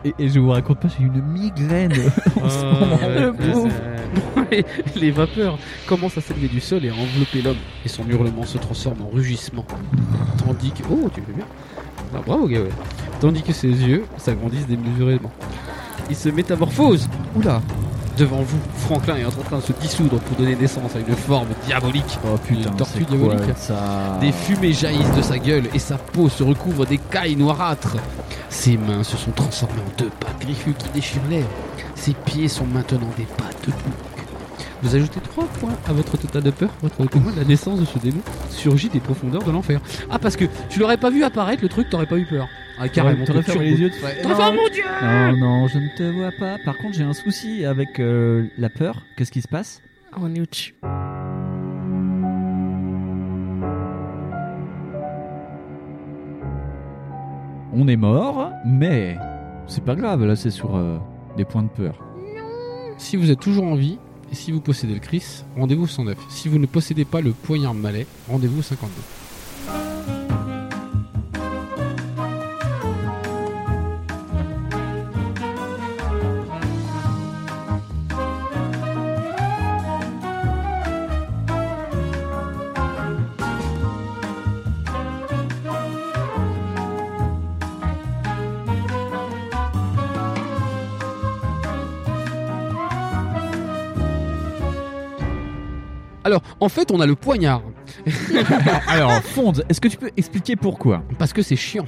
E: Et, et je vous raconte pas, j'ai une migraine.
K: Ah,
E: le
K: ouais,
E: pauvre.
K: c'est- les, les vapeurs commencent à s'élever du sol et à envelopper l'homme, et son hurlement se transforme en rugissement. Tandis que. Oh, tu le fais bien Ah, Bravo, gars, ouais. Tandis que ses yeux s'agrandissent démesurément. Il se métamorphose Oula Devant vous, Franklin est en train de se dissoudre pour donner naissance à une forme diabolique.
E: oh putain,
K: Une tortue
E: c'est quoi,
K: diabolique.
E: ça
K: Des fumées jaillissent de sa gueule et sa peau se recouvre d'écailles noirâtres. Ses mains se sont transformées en deux pattes griffues qui déchirent l'air. Ses pieds sont maintenant des pattes de bouc. Vous ajoutez trois points à votre total de peur, votre témoin de la naissance de ce démon surgit des profondeurs de l'enfer. Ah, parce que tu l'aurais pas vu apparaître, le truc, t'aurais pas eu peur. Ah, carrément,
E: T'aurais
K: t'es
E: fermé
K: turbo.
E: les yeux.
K: Ouais.
E: Non.
K: Enfin, mon dieu
E: Non, non, je ne te vois pas. Par contre, j'ai un souci avec euh, la peur. Qu'est-ce qui se passe
B: On est au-dessus.
E: On est mort, mais c'est pas grave. Là, c'est sur euh, des points de peur.
C: Si vous êtes toujours en vie et si vous possédez le Chris, rendez-vous 109. Si vous ne possédez pas le poignard malais, rendez-vous 52.
K: Alors, en fait, on a le poignard.
E: Alors, Fonde, est-ce que tu peux expliquer pourquoi
K: Parce que c'est chiant.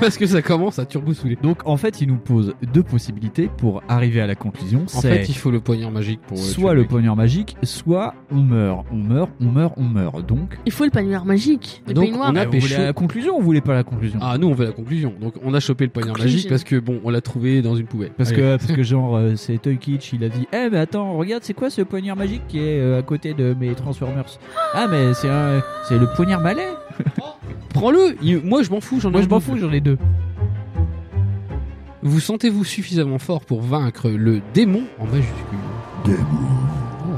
K: parce que ça commence à turbo saouler.
E: Donc, en fait, il nous pose deux possibilités pour arriver à la conclusion.
C: En
E: C'est
C: fait, il faut le poignard magique pour. euh,
E: soit
C: tuer
E: le
C: mec.
E: poignard magique, soit on meurt, on meurt, on meurt, on meurt. Donc,
B: Il faut le panoir magique. Le
K: Donc,
B: peignoir.
K: on a
E: Ah, vous
K: pécho.
E: voulez la conclusion ou vous voulez pas la conclusion
C: Ah, nous on veut la conclusion. Donc on a chopé le poignard
B: Conclusion.
C: magique parce que bon, on l'a trouvé dans une poubelle.
E: Parce
C: Allez.
E: que, parce que genre, euh, c'est Toy Kitsch, il a dit Eh, mais attends, regarde, c'est quoi ce poignard magique qui est euh, à côté de mes Transformers Ah, mais c'est un- c'est le poignard malais
K: Prends-le Il- Moi, je m'en fous, j'en ai
E: Moi, je
K: un
E: m'en
K: bout.
E: fous, j'en ai deux.
C: vous sentez-vous suffisamment fort pour vaincre le démon en majuscule Démon.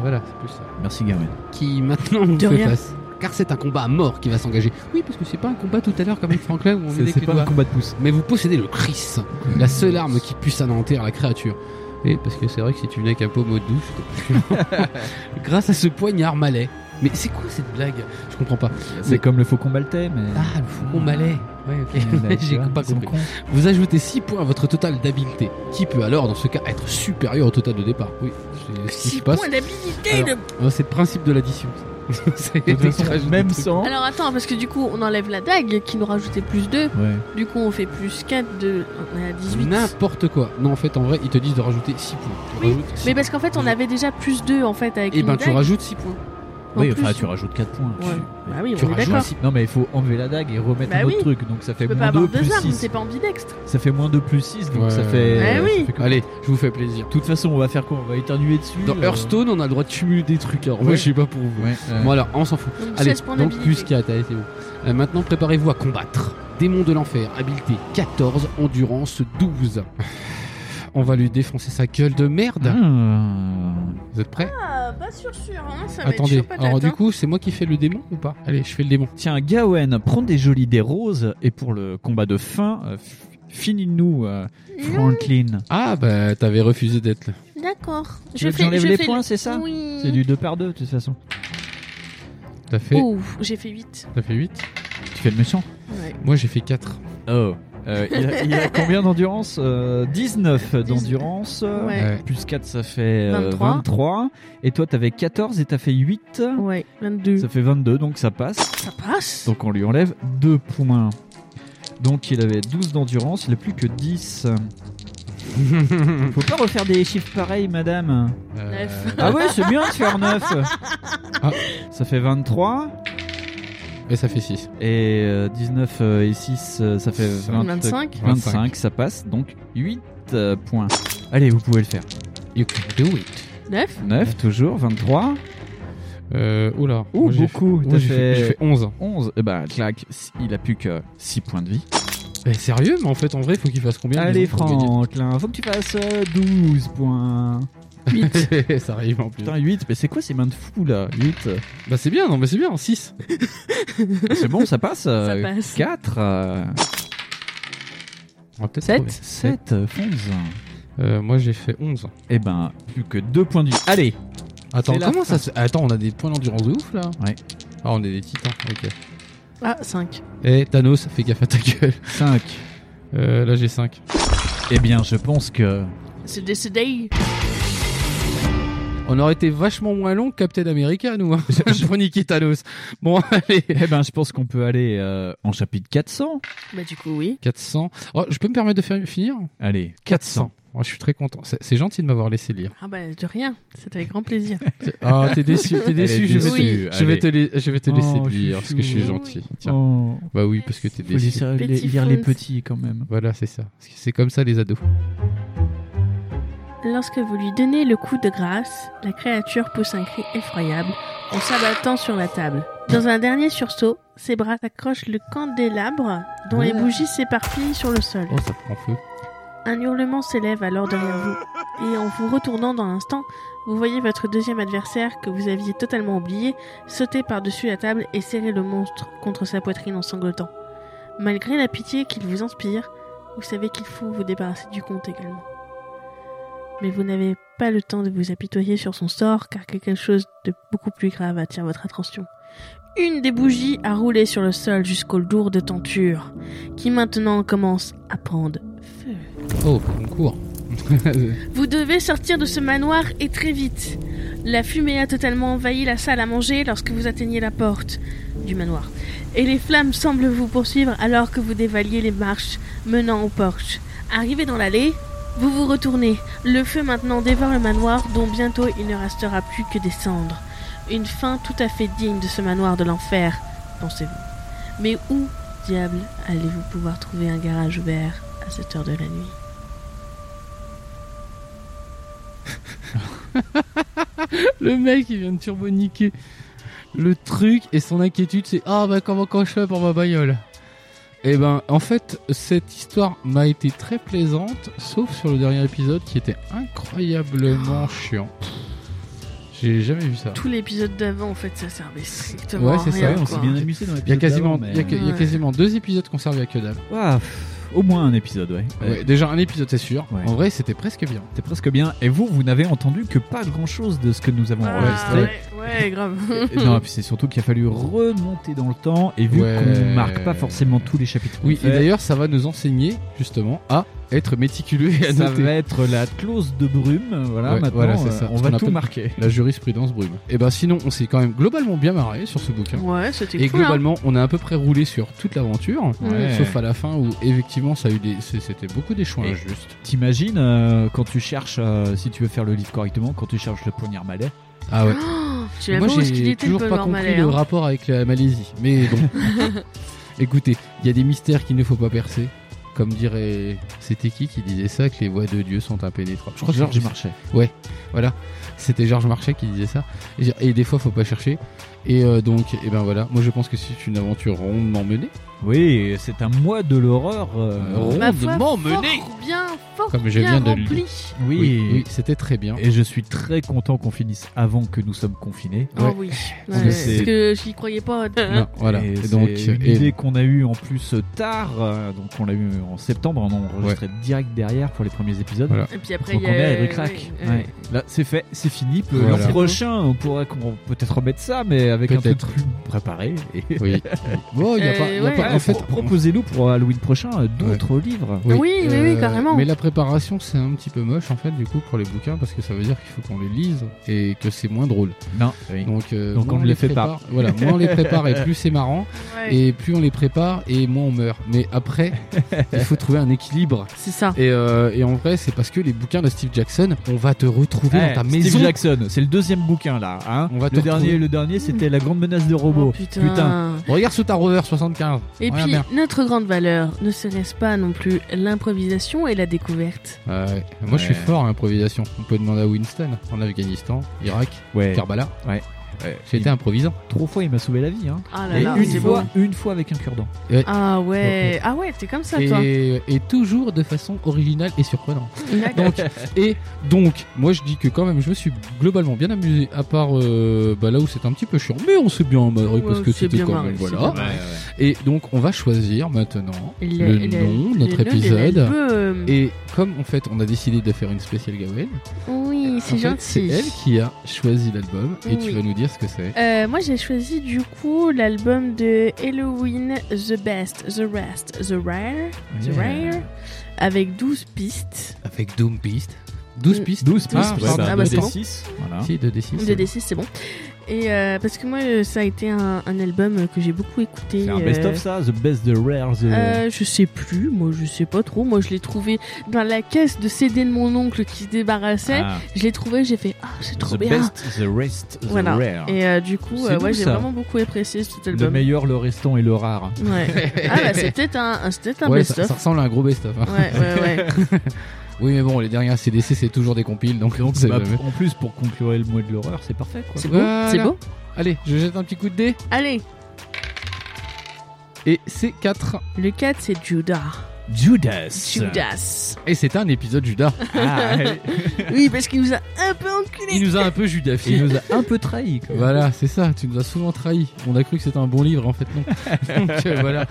C: Voilà, c'est plus ça.
E: Merci, Gamin.
K: qui maintenant vous
B: De
K: fait
B: rien.
K: face. Car c'est un combat à mort qui va s'engager. Oui, parce que c'est pas un combat tout à l'heure comme avec Franklin où on
E: C'est
K: venait
E: c'est
K: avec les
E: pas un
K: doigts.
E: combat de pouce.
K: Mais vous possédez le Chris, la seule arme qui puisse anéantir la créature. Et parce que c'est vrai que si tu venais avec un pommeau de douche, t'as plus- grâce à ce poignard malais. Mais c'est quoi cette blague Je comprends pas.
E: C'est comme le faucon maltais, mais.
K: Ah, le faucon malais. Ouais,
E: Mais
K: ok.
E: tu
K: J'ai
E: vois,
K: pas
E: ils sont
K: compris.
E: cons.
C: Vous ajoutez 6 points à votre total d'habileté, qui peut alors dans ce cas être supérieur au total de départ. Oui, c'est ce qui
B: Six
C: se passe. hein
B: points d'habilité.
K: Alors- Euh, C'est le principe de l'addition. ça. C'est-
E: De toute façon,
K: tu rajoutes
E: même
K: des trucs.
E: sans.
B: le- Alors attends, parce que du coup, on enlève la dague qui nous rajoutait plus 2.
E: Ouais.
B: Du coup, on fait plus 4 de. On est à 18.
C: N'importe quoi. Non, en fait, en vrai, ils te disent de rajouter 6 points. Tu
B: Oui,
C: rajoutes six
B: Mais parce qu'en fait, on avait déjà plus 2 en fait avec
C: Et
B: une
C: ben, tu
B: dague.
C: rajoutes 6 points.
B: En
E: Oui,
B: plus.
E: enfin, tu rajoutes 4 points.
B: Ouais. Bah oui,
C: Tu
B: on est
C: rajoutes
B: d'accord.
C: six-
E: Non, mais il faut enlever la dague et remettre
B: Bah
E: un autre
B: oui.
E: truc. Donc, ça fait
B: Tu peux pas
E: moins
B: avoir
E: 2 plus
B: deux armes, c'est
E: 6.
B: pas ambidextre.
E: Ça fait moins 2 plus 6, donc
C: Ouais.
E: ça fait.
B: Eh
E: ça
B: oui.
E: fait comme-
C: Allez, je vous fais plaisir.
E: De toute façon, on va faire quoi On va éternuer dessus
C: Dans
E: euh,
C: Hearthstone, on a le droit de cumuler des trucs. Alors, moi,
E: Ouais.
C: je sais pas pour vous.
E: Ouais. euh.
C: Bon, alors, on s'en fout.
B: Donc,
C: Allez,
B: 16 points
C: donc plus
B: d'habilité.
C: 4, allez, c'est bon. Euh, maintenant, préparez-vous à combattre. Démon de l'enfer, habileté 14, endurance 12. On va lui défoncer sa gueule de merde.
E: Ah.
C: Vous êtes prêts
B: Ah, pas sûr, sûr, hein, ça va être
C: Attendez,
B: chaud, patate,
C: alors
B: hein.
C: du coup, c'est moi qui fais le démon ou pas Allez, je fais le démon.
E: Tiens, Gawen, prends des jolies des roses et pour le combat de fin, euh, f- finis-nous, euh,
B: Non,
E: Franklin.
C: Ah, bah, t'avais refusé d'être là.
B: D'accord.
E: veux que j'enlève les points, c'est ça
B: Oui.
E: C'est du 2 par 2 de toute façon.
C: T'as fait,
B: Ouh, j'ai fait 8.
C: t'as fait 8
E: Tu fais le méchant
B: Ouais.
C: Moi, j'ai fait 4.
E: Oh. il, a, il a combien d'endurance Euh, 19 d'endurance. euh,
B: Ouais.
C: Ouais.
E: Plus 4, ça fait euh, 23.
B: 23.
E: Et toi, t'avais 14 et t'as fait 8.
B: Ouais, 22.
E: Ça fait 22, donc ça passe.
B: Ça passe
E: Donc on lui enlève 2 points. Donc il avait 12 d'endurance, il a plus que 10. Faut pas refaire des chiffres pareils, madame.
C: Euh,
B: Neuf.
E: Ah ouais, c'est bien de faire 9
C: Ah.
E: Ça fait 23
C: Et ça fait 6.
E: et euh, 19 euh, et 6 euh, ça fait 20
B: 25.
E: 25, ça passe donc 8 euh, points. Allez, vous pouvez le faire.
C: You can do it.
B: 9
E: 9 toujours, 23.
C: Euh, oula.
E: Ouh,
C: Moi, j'ai fait-
E: beaucoup.
C: moi,
E: T'as
C: j'ai fait... j'ai
E: fait
C: fait 11.
E: 11. Et bah, clac, s- il a plus que 6 points de vie.
C: Mais sérieux Mais en fait, en vrai, faut qu'il fasse combien
E: Allez,
C: disons, pour gagner
E: Franklin, faut que tu fasses euh, 12 points.
B: 8.
C: ça arrive en plus.
E: Putain, 8, mais c'est quoi ces mains de fou là 8
C: Bah c'est bien, non mais c'est bien, 6.
E: C'est bon, ça passe euh,
B: Ça passe.
E: 4
C: On va peut-être
B: Sept.
C: trouver.
E: 7, 11.
C: Euh, moi j'ai fait 11.
E: Eh ben, plus que 2 points du. Allez
C: Attends,
E: C'est la
C: comment ça se... Attends, on a des points d'endurance de ouf là
E: Ouais.
C: Ah, on est des titans, ok.
B: Ah, 5.
C: Eh Thanos, fais gaffe à ta gueule.
E: 5.
C: Euh, là j'ai 5.
E: Eh bien, je pense que.
B: C'est décédé.
C: On aurait été vachement moins long que Captain America, nous. Hein, pour niquer Thanos. Bon, allez.
E: Eh ben, je pense qu'on peut aller euh, en chapitre 400.
B: Bah, du coup, oui.
C: 400. Oh, je peux me permettre de faire finir
E: Allez, 400.
C: Oh, je suis très content. C'est c'est gentil de m'avoir laissé lire.
B: Ah, bah, de rien. C'est avec grand plaisir.
C: Ah, t'es déçu, t'es déçu. Je,
B: déçue,
C: vais te, je vais te la- je vais te
E: Oh,
C: laisser
E: chouchou.
C: lire parce que je suis gentil. Tiens.
E: Oh,
C: Bah oui, parce que t'es
E: faut
C: déçu.
E: laisser-
B: Petit
E: lire les
B: fonds.
E: petits quand même.
C: Voilà, c'est ça. Parce que C'est comme ça les ados.
B: Lorsque vous lui donnez le coup de grâce, la créature pousse un cri effroyable en s'abattant sur la table. Dans un dernier sursaut, ses bras accrochent le candélabre dont les bougies s'éparpillent sur le sol.
C: Oh, ça prend feu.
B: Un hurlement s'élève alors derrière vous, et en vous retournant dans l'instant, vous voyez votre deuxième adversaire que vous aviez totalement oublié sauter par-dessus la table et serrer le monstre contre sa poitrine en sanglotant. Malgré la pitié qu'il vous inspire, vous savez qu'il faut vous débarrasser du comte également. Mais vous n'avez pas le temps de vous apitoyer sur son sort car quelque chose de beaucoup plus grave attire votre attention. Une des bougies a roulé sur le sol jusqu'aux lourdes tentures qui maintenant commencent à prendre feu.
C: Oh, concours.
B: Vous devez sortir de ce manoir et très vite. La fumée a totalement envahi la salle à manger lorsque vous atteignez la porte du manoir. Et les flammes semblent vous poursuivre alors que vous dévaliez les marches menant au porche. Arrivé dans l'allée, vous vous retournez. Le feu maintenant dévore le manoir dont bientôt il ne restera plus que des cendres. Une fin tout à fait digne de ce manoir de l'enfer, pensez-vous. Mais où, diable, allez-vous pouvoir trouver un garage ouvert à cette heure de la nuit
C: Le mec, il vient de turboniquer le truc et son inquiétude, c'est Ah, bah comment quand je fais pour ma bagnole Eh ben, en fait, cette histoire m'a été très plaisante, sauf sur le dernier épisode qui était incroyablement chiant. J'ai jamais vu ça.
B: Tout l'épisode d'avant, en fait, ça servait strictement
C: Ouais,
B: à
C: c'est ça,
B: rien.
C: ouais, on
B: quoi.
E: amusé dans
C: Il y a quasiment, il y a que- il y a
B: Ouais.
C: quasiment deux épisodes conservés à que Ah, dalle.
E: au moins un épisode, ouais.
C: Ouais, déjà un épisode, c'est sûr.
E: Ouais.
C: En vrai, c'était presque bien.
E: C'était presque bien. Et vous, vous n'avez entendu que pas grand-chose de ce que nous avons
B: Ah,
E: enregistré.
B: ouais, ouais, grave.
E: Et- non, et puis c'est surtout qu'il a fallu remonter dans le temps et vu
C: Ouais.
E: qu'on ne marque pas forcément tous les chapitres. qu'on
C: Oui,
E: fait,
C: et d'ailleurs, ça va nous enseigner justement à être méticuleux et à
E: ça
C: noter.
E: va être la clause de brume. Voilà,
C: Ouais,
E: maintenant
C: voilà, c'est ça.
E: euh, on
C: Ce
E: va
C: qu'on
E: tout
C: appelle-
E: marquer.
C: La jurisprudence brume. Et ben sinon, on s'est quand même globalement bien marré sur ce bouquin.
B: Ouais, c'était
C: Et
B: cool. hein.
C: globalement, on a à peu près roulé sur toute l'aventure,
E: Ouais.
C: sauf à la fin où effectivement, ça a eu des, c'est- c'était beaucoup des choix
E: Et-
C: injustes.
E: T'imagines euh, quand tu cherches, euh, si tu veux faire le livre correctement, quand tu cherches le poignard malais.
C: Ah ouais.
B: Oh, tu l'avais
C: Moi,
B: où est-ce qu'il
C: j'ai
B: était le
C: toujours pas
B: bonheur
C: compris
B: malais
C: le
B: hein
C: rapport avec la Malaisie, mais bon. Écoutez, il y a des mystères qu'il ne faut pas percer. Comme dirait, c'était qui qui disait ça que les voies de Dieu sont impénétrables. Je crois que
E: Georges
C: c'était-
E: Marchais.
C: Voilà, c'était Georges Marchais qui disait ça. Et, et des fois, faut pas chercher. Et euh, donc, et ben voilà. Moi, je pense que c'est une aventure rondement menée.
E: Oui, c'est un mois de l'horreur. euh,
C: Rondement
B: Ma foi, Bah, fort
C: menée.
B: bien, fort
C: Comme je
B: bien
C: viens de le
B: rempli.
E: Oui.
C: Oui, oui, c'était très bien.
E: Et je suis très content qu'on finisse avant que nous sommes confinés.
B: Oh
C: Ouais.
B: oui,
C: Parce
B: Ouais,
C: que
B: parce
C: c'est-
B: que j'y croyais pas.
C: Non, voilà.
E: hein Et
C: Et
E: c'est
C: donc,
E: une
C: et-
E: idée qu'on a eue en plus tard, euh, donc on l'a eu en septembre, on a enregistré direct derrière pour les premiers épisodes.
C: Voilà.
B: Et puis après,
E: Donc
B: il y
E: on est à
B: a.
E: Eric Rack.
B: ouais,
E: Ouais.
B: ouais.
E: Là, c'est fait, c'est fini. Peu-
C: Voilà.
E: L'an prochain, on pourra qu'on- peut-être remettre ça, mais avec un truc
C: Peut-être.
E: plus préparé. Et...
C: oui. Bon, il y a
B: Euh,
C: pas, il y a
B: ouais.
C: pas-
E: Ouais,
C: en fait,
E: pro- proposez-nous pour Halloween prochain euh, d'autres livres.
B: Oui, oui, oui, carrément.
C: euh, Mais la préparation, c'est un petit peu moche en fait, du coup, pour les bouquins, parce que ça veut dire qu'il faut qu'on les lise et que c'est moins drôle.
E: Non, oui.
C: Donc, euh,
E: Donc
C: moins
E: on ne les fait pas.
C: prépare, Voilà, moins on les prépare et plus c'est marrant,
B: Ouais.
C: et plus on les prépare et moins on meurt. Mais après, il faut trouver un équilibre.
B: C'est ça.
C: Et, euh, et en vrai, c'est parce que les bouquins de Steve Jackson, on va te retrouver
E: Eh,
C: dans ta
E: Steve
C: maison.
E: Jackson, c'est le deuxième bouquin là. hein.
C: On va te
E: le, dernier,
C: retrouver.
E: le dernier, c'était La Grande Menace de Robots.
B: Oh, putain.
C: Regarde sous ta rover 75.
B: Et
C: Ouais,
B: puis,
C: Oh, merde.
B: notre grande valeur, ne serait-ce pas non plus l'improvisation et la découverte
C: Ouais, ouais. moi je suis
E: Ouais.
C: fort à l'improvisation. On peut demander à Winston en Afghanistan, Irak,
E: Ouais.
C: Karbala.
E: Ouais.
C: J'étais improvisant.
E: Trois fois, il m'a sauvé la vie. Hein.
B: Ah là
E: Et
B: là, c'est
E: une,
B: beau.
E: fois, une fois avec un cure-dent.
B: Ah ouais, ah ouais, t'es comme ça toi.
C: Et, et toujours de façon originale et surprenante.
B: D'accord.
C: Donc, et donc, moi je dis que quand même, je me suis globalement bien amusé, à part euh, bah, là où c'est un petit peu chiant, mais on s'est bien amarré
B: Ouais,
C: parce
B: on
C: que
B: s'est
C: c'était
B: bien
C: quand
B: marré,
C: même
B: c'est
E: Oh.
C: voilà.
B: pas mal.
C: Et donc, on va choisir maintenant
B: Et
C: le,
B: et
C: nom de notre
B: le nom, il est un
C: épisode.
B: peu, euh,
C: Et comme en fait, on a décidé de faire une spéciale Gawain,
B: Oui, c'est
C: en fait, c'est
B: gentil.
C: elle qui a choisi l'album et tu
B: Oui.
C: vas nous dire ce que c'est.
B: Euh, moi, j'ai choisi du coup l'album de Halloween, The Best, The Rest, The Rare, The Rare, avec 12 pistes.
C: Avec Doom 12
B: Mm.
C: pistes
E: 12 pistes.
C: Ah,
B: ouais, bah, Ah bah, c'est bon.
E: 6. Voilà.
C: Si, 2D6.
B: De D6, c'est bon. Et euh, parce que moi, euh, ça a été un, un album que j'ai beaucoup écouté.
E: C'est un
B: euh,
E: best-of, ça The best, the rare, the. Ah,
B: Euh, je sais plus, moi je sais pas trop. Moi je l'ai trouvé dans la caisse de CD de mon oncle qui se débarrassait.
E: Ah,
B: Je l'ai trouvé, j'ai fait ah c'est trop
E: the
B: bien.
E: best, the rest, the
B: Voilà.
E: rare.
B: Et euh, du coup,
E: C'est
B: euh, ouais,
E: doux,
B: j'ai
E: ça.
B: vraiment beaucoup apprécié cet
E: Le
B: album.
E: meilleur, le restant et le rare.
B: Ouais. ah bah c'est peut-être un, un- c'est peut-être un
C: Ouais, ça,
B: best-of.
C: ça ressemble à un gros best-of. hein.
B: Ouais, ouais, ouais.
C: Oui, mais bon, les dernières CDC, c'est toujours des compiles, donc on sait
E: Bah,
C: jamais.
E: en plus, pour conclure le mois de l'horreur, c'est parfait. Quoi.
B: C'est beau, c'est
C: Voilà.
B: beau.
C: Allez, je jette un petit coup de dé.
B: Allez,
C: Et c'est 4.
B: le 4 c'est Judas.
E: Judas.
B: Judas.
C: Et c'est un épisode Judas.
E: Ah,
B: Oui, parce qu'il nous a un peu
C: Il
B: enculé.
C: nous a un peu
E: il
C: judafié.
E: nous a un peu trahi. Quoi.
C: Voilà, c'est ça, tu nous as souvent trahis. On a cru que c'était un bon livre, en fait, non. Donc euh, voilà.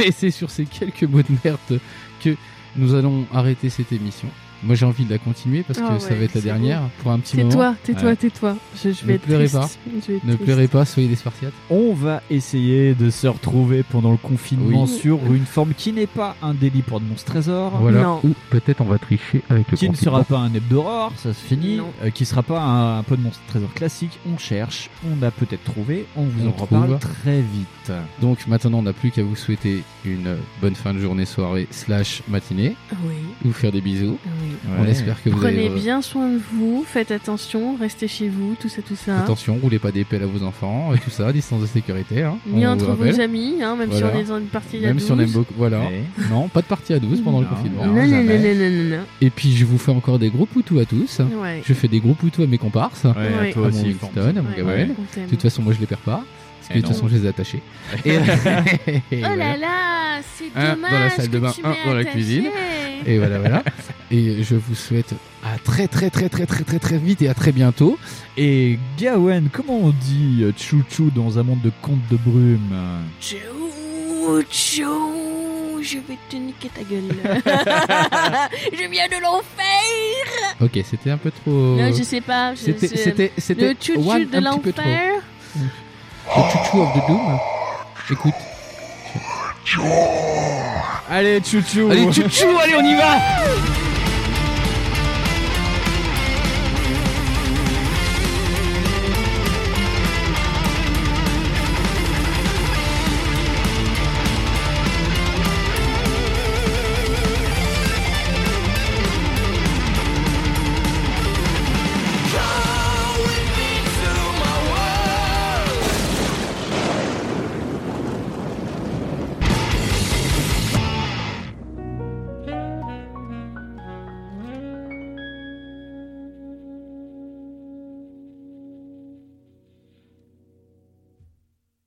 C: Et c'est sur ces quelques mots de merde que nous allons arrêter cette émission. Moi, j'ai envie de la continuer parce que
B: Ah
C: ça
B: ouais,
C: va être la
B: c'est
C: dernière pour un petit moment.
B: Tais-toi, tais-toi,
E: Ouais.
B: tais-toi. Je, je
C: Ne
B: vais être
C: pleurez
B: triste.
C: pas.
B: Je vais être
C: Ne
B: triste.
C: pleurez pas, soyez des spartiates.
E: On va essayer de se retrouver pendant le confinement
C: Oui.
E: sur une forme qui n'est pas un délit pour de monstres trésors.
C: Voilà.
B: Oh, Non.
H: Ou peut-être on va tricher avec le
E: Qui ne sera pas un hebdo horror, ça se finit.
B: Non.
E: euh, qui sera pas un, un pot de monstre trésor classique. On cherche, on a peut-être trouvé, on vous
C: On
E: en
C: trouve.
E: reparle très vite.
C: Donc maintenant, on n'a plus qu'à vous souhaiter une bonne fin de journée, soirée, slash matinée.
B: Ah Oui, ah
C: Vous faire des bisous.
B: oui.
C: On espère que vous
B: Prenez
C: allez. euh,
B: bien soin de vous, faites attention, restez chez vous, tout ça, tout ça.
C: Attention, roulez pas des pelles à vos enfants et tout ça, distance de sécurité. Hein,
B: Ni
C: on
B: entre
C: vous
B: vos
C: rappelle.
B: amis, hein, même si
C: Voilà.
B: on est dans une partie à
C: Même
B: 12.
C: si on aime beaucoup. Voilà.
E: Ouais.
C: Non, pas de partie à 12 pendant le
E: Non.
C: confinement.
B: Non, non, non,
C: jamais.
B: non, non,
C: Et puis je vous fais encore des gros poutous à tous.
B: non, non. Ouais.
C: Je fais des gros poutous à mes comparses.
E: Ouais, à
B: Ouais.
E: toi
C: à mon
E: aussi, Fran.
C: Winston, à mon
B: Ouais,
C: Gawain.
B: on t'aime.
C: De toute façon, moi je les perds pas. Parce que
E: Eh
C: de toute
E: non.
C: façon, je les ai attachés. Et, et
B: Oh
C: voilà.
B: là là, c'est
C: Un
B: dommage.
C: dans la salle de
B: que
C: bain,
B: tu
C: un
B: m'aies
C: dans la
B: attaché.
C: cuisine. Et voilà, voilà. Et je vous souhaite à très, très, très, très, très, très, très vite et à très bientôt.
E: Et Gawen, comment on dit euh, chouchou dans un monde de contes de brume euh
B: Ciao, ciao, je vais te niquer ta gueule. je viens de l'enfer.
C: Ok, c'était un peu trop.
B: Non, je sais pas. je-
C: C'était,
B: je-
C: c'était,
B: le
C: c'était
B: tchou
C: one
B: de
C: un petit peu trop.
B: l'enfer.
C: Le chouchou of the doom. Écoute.
E: Allez, chouchou
C: Allez, chouchou, allez, on y va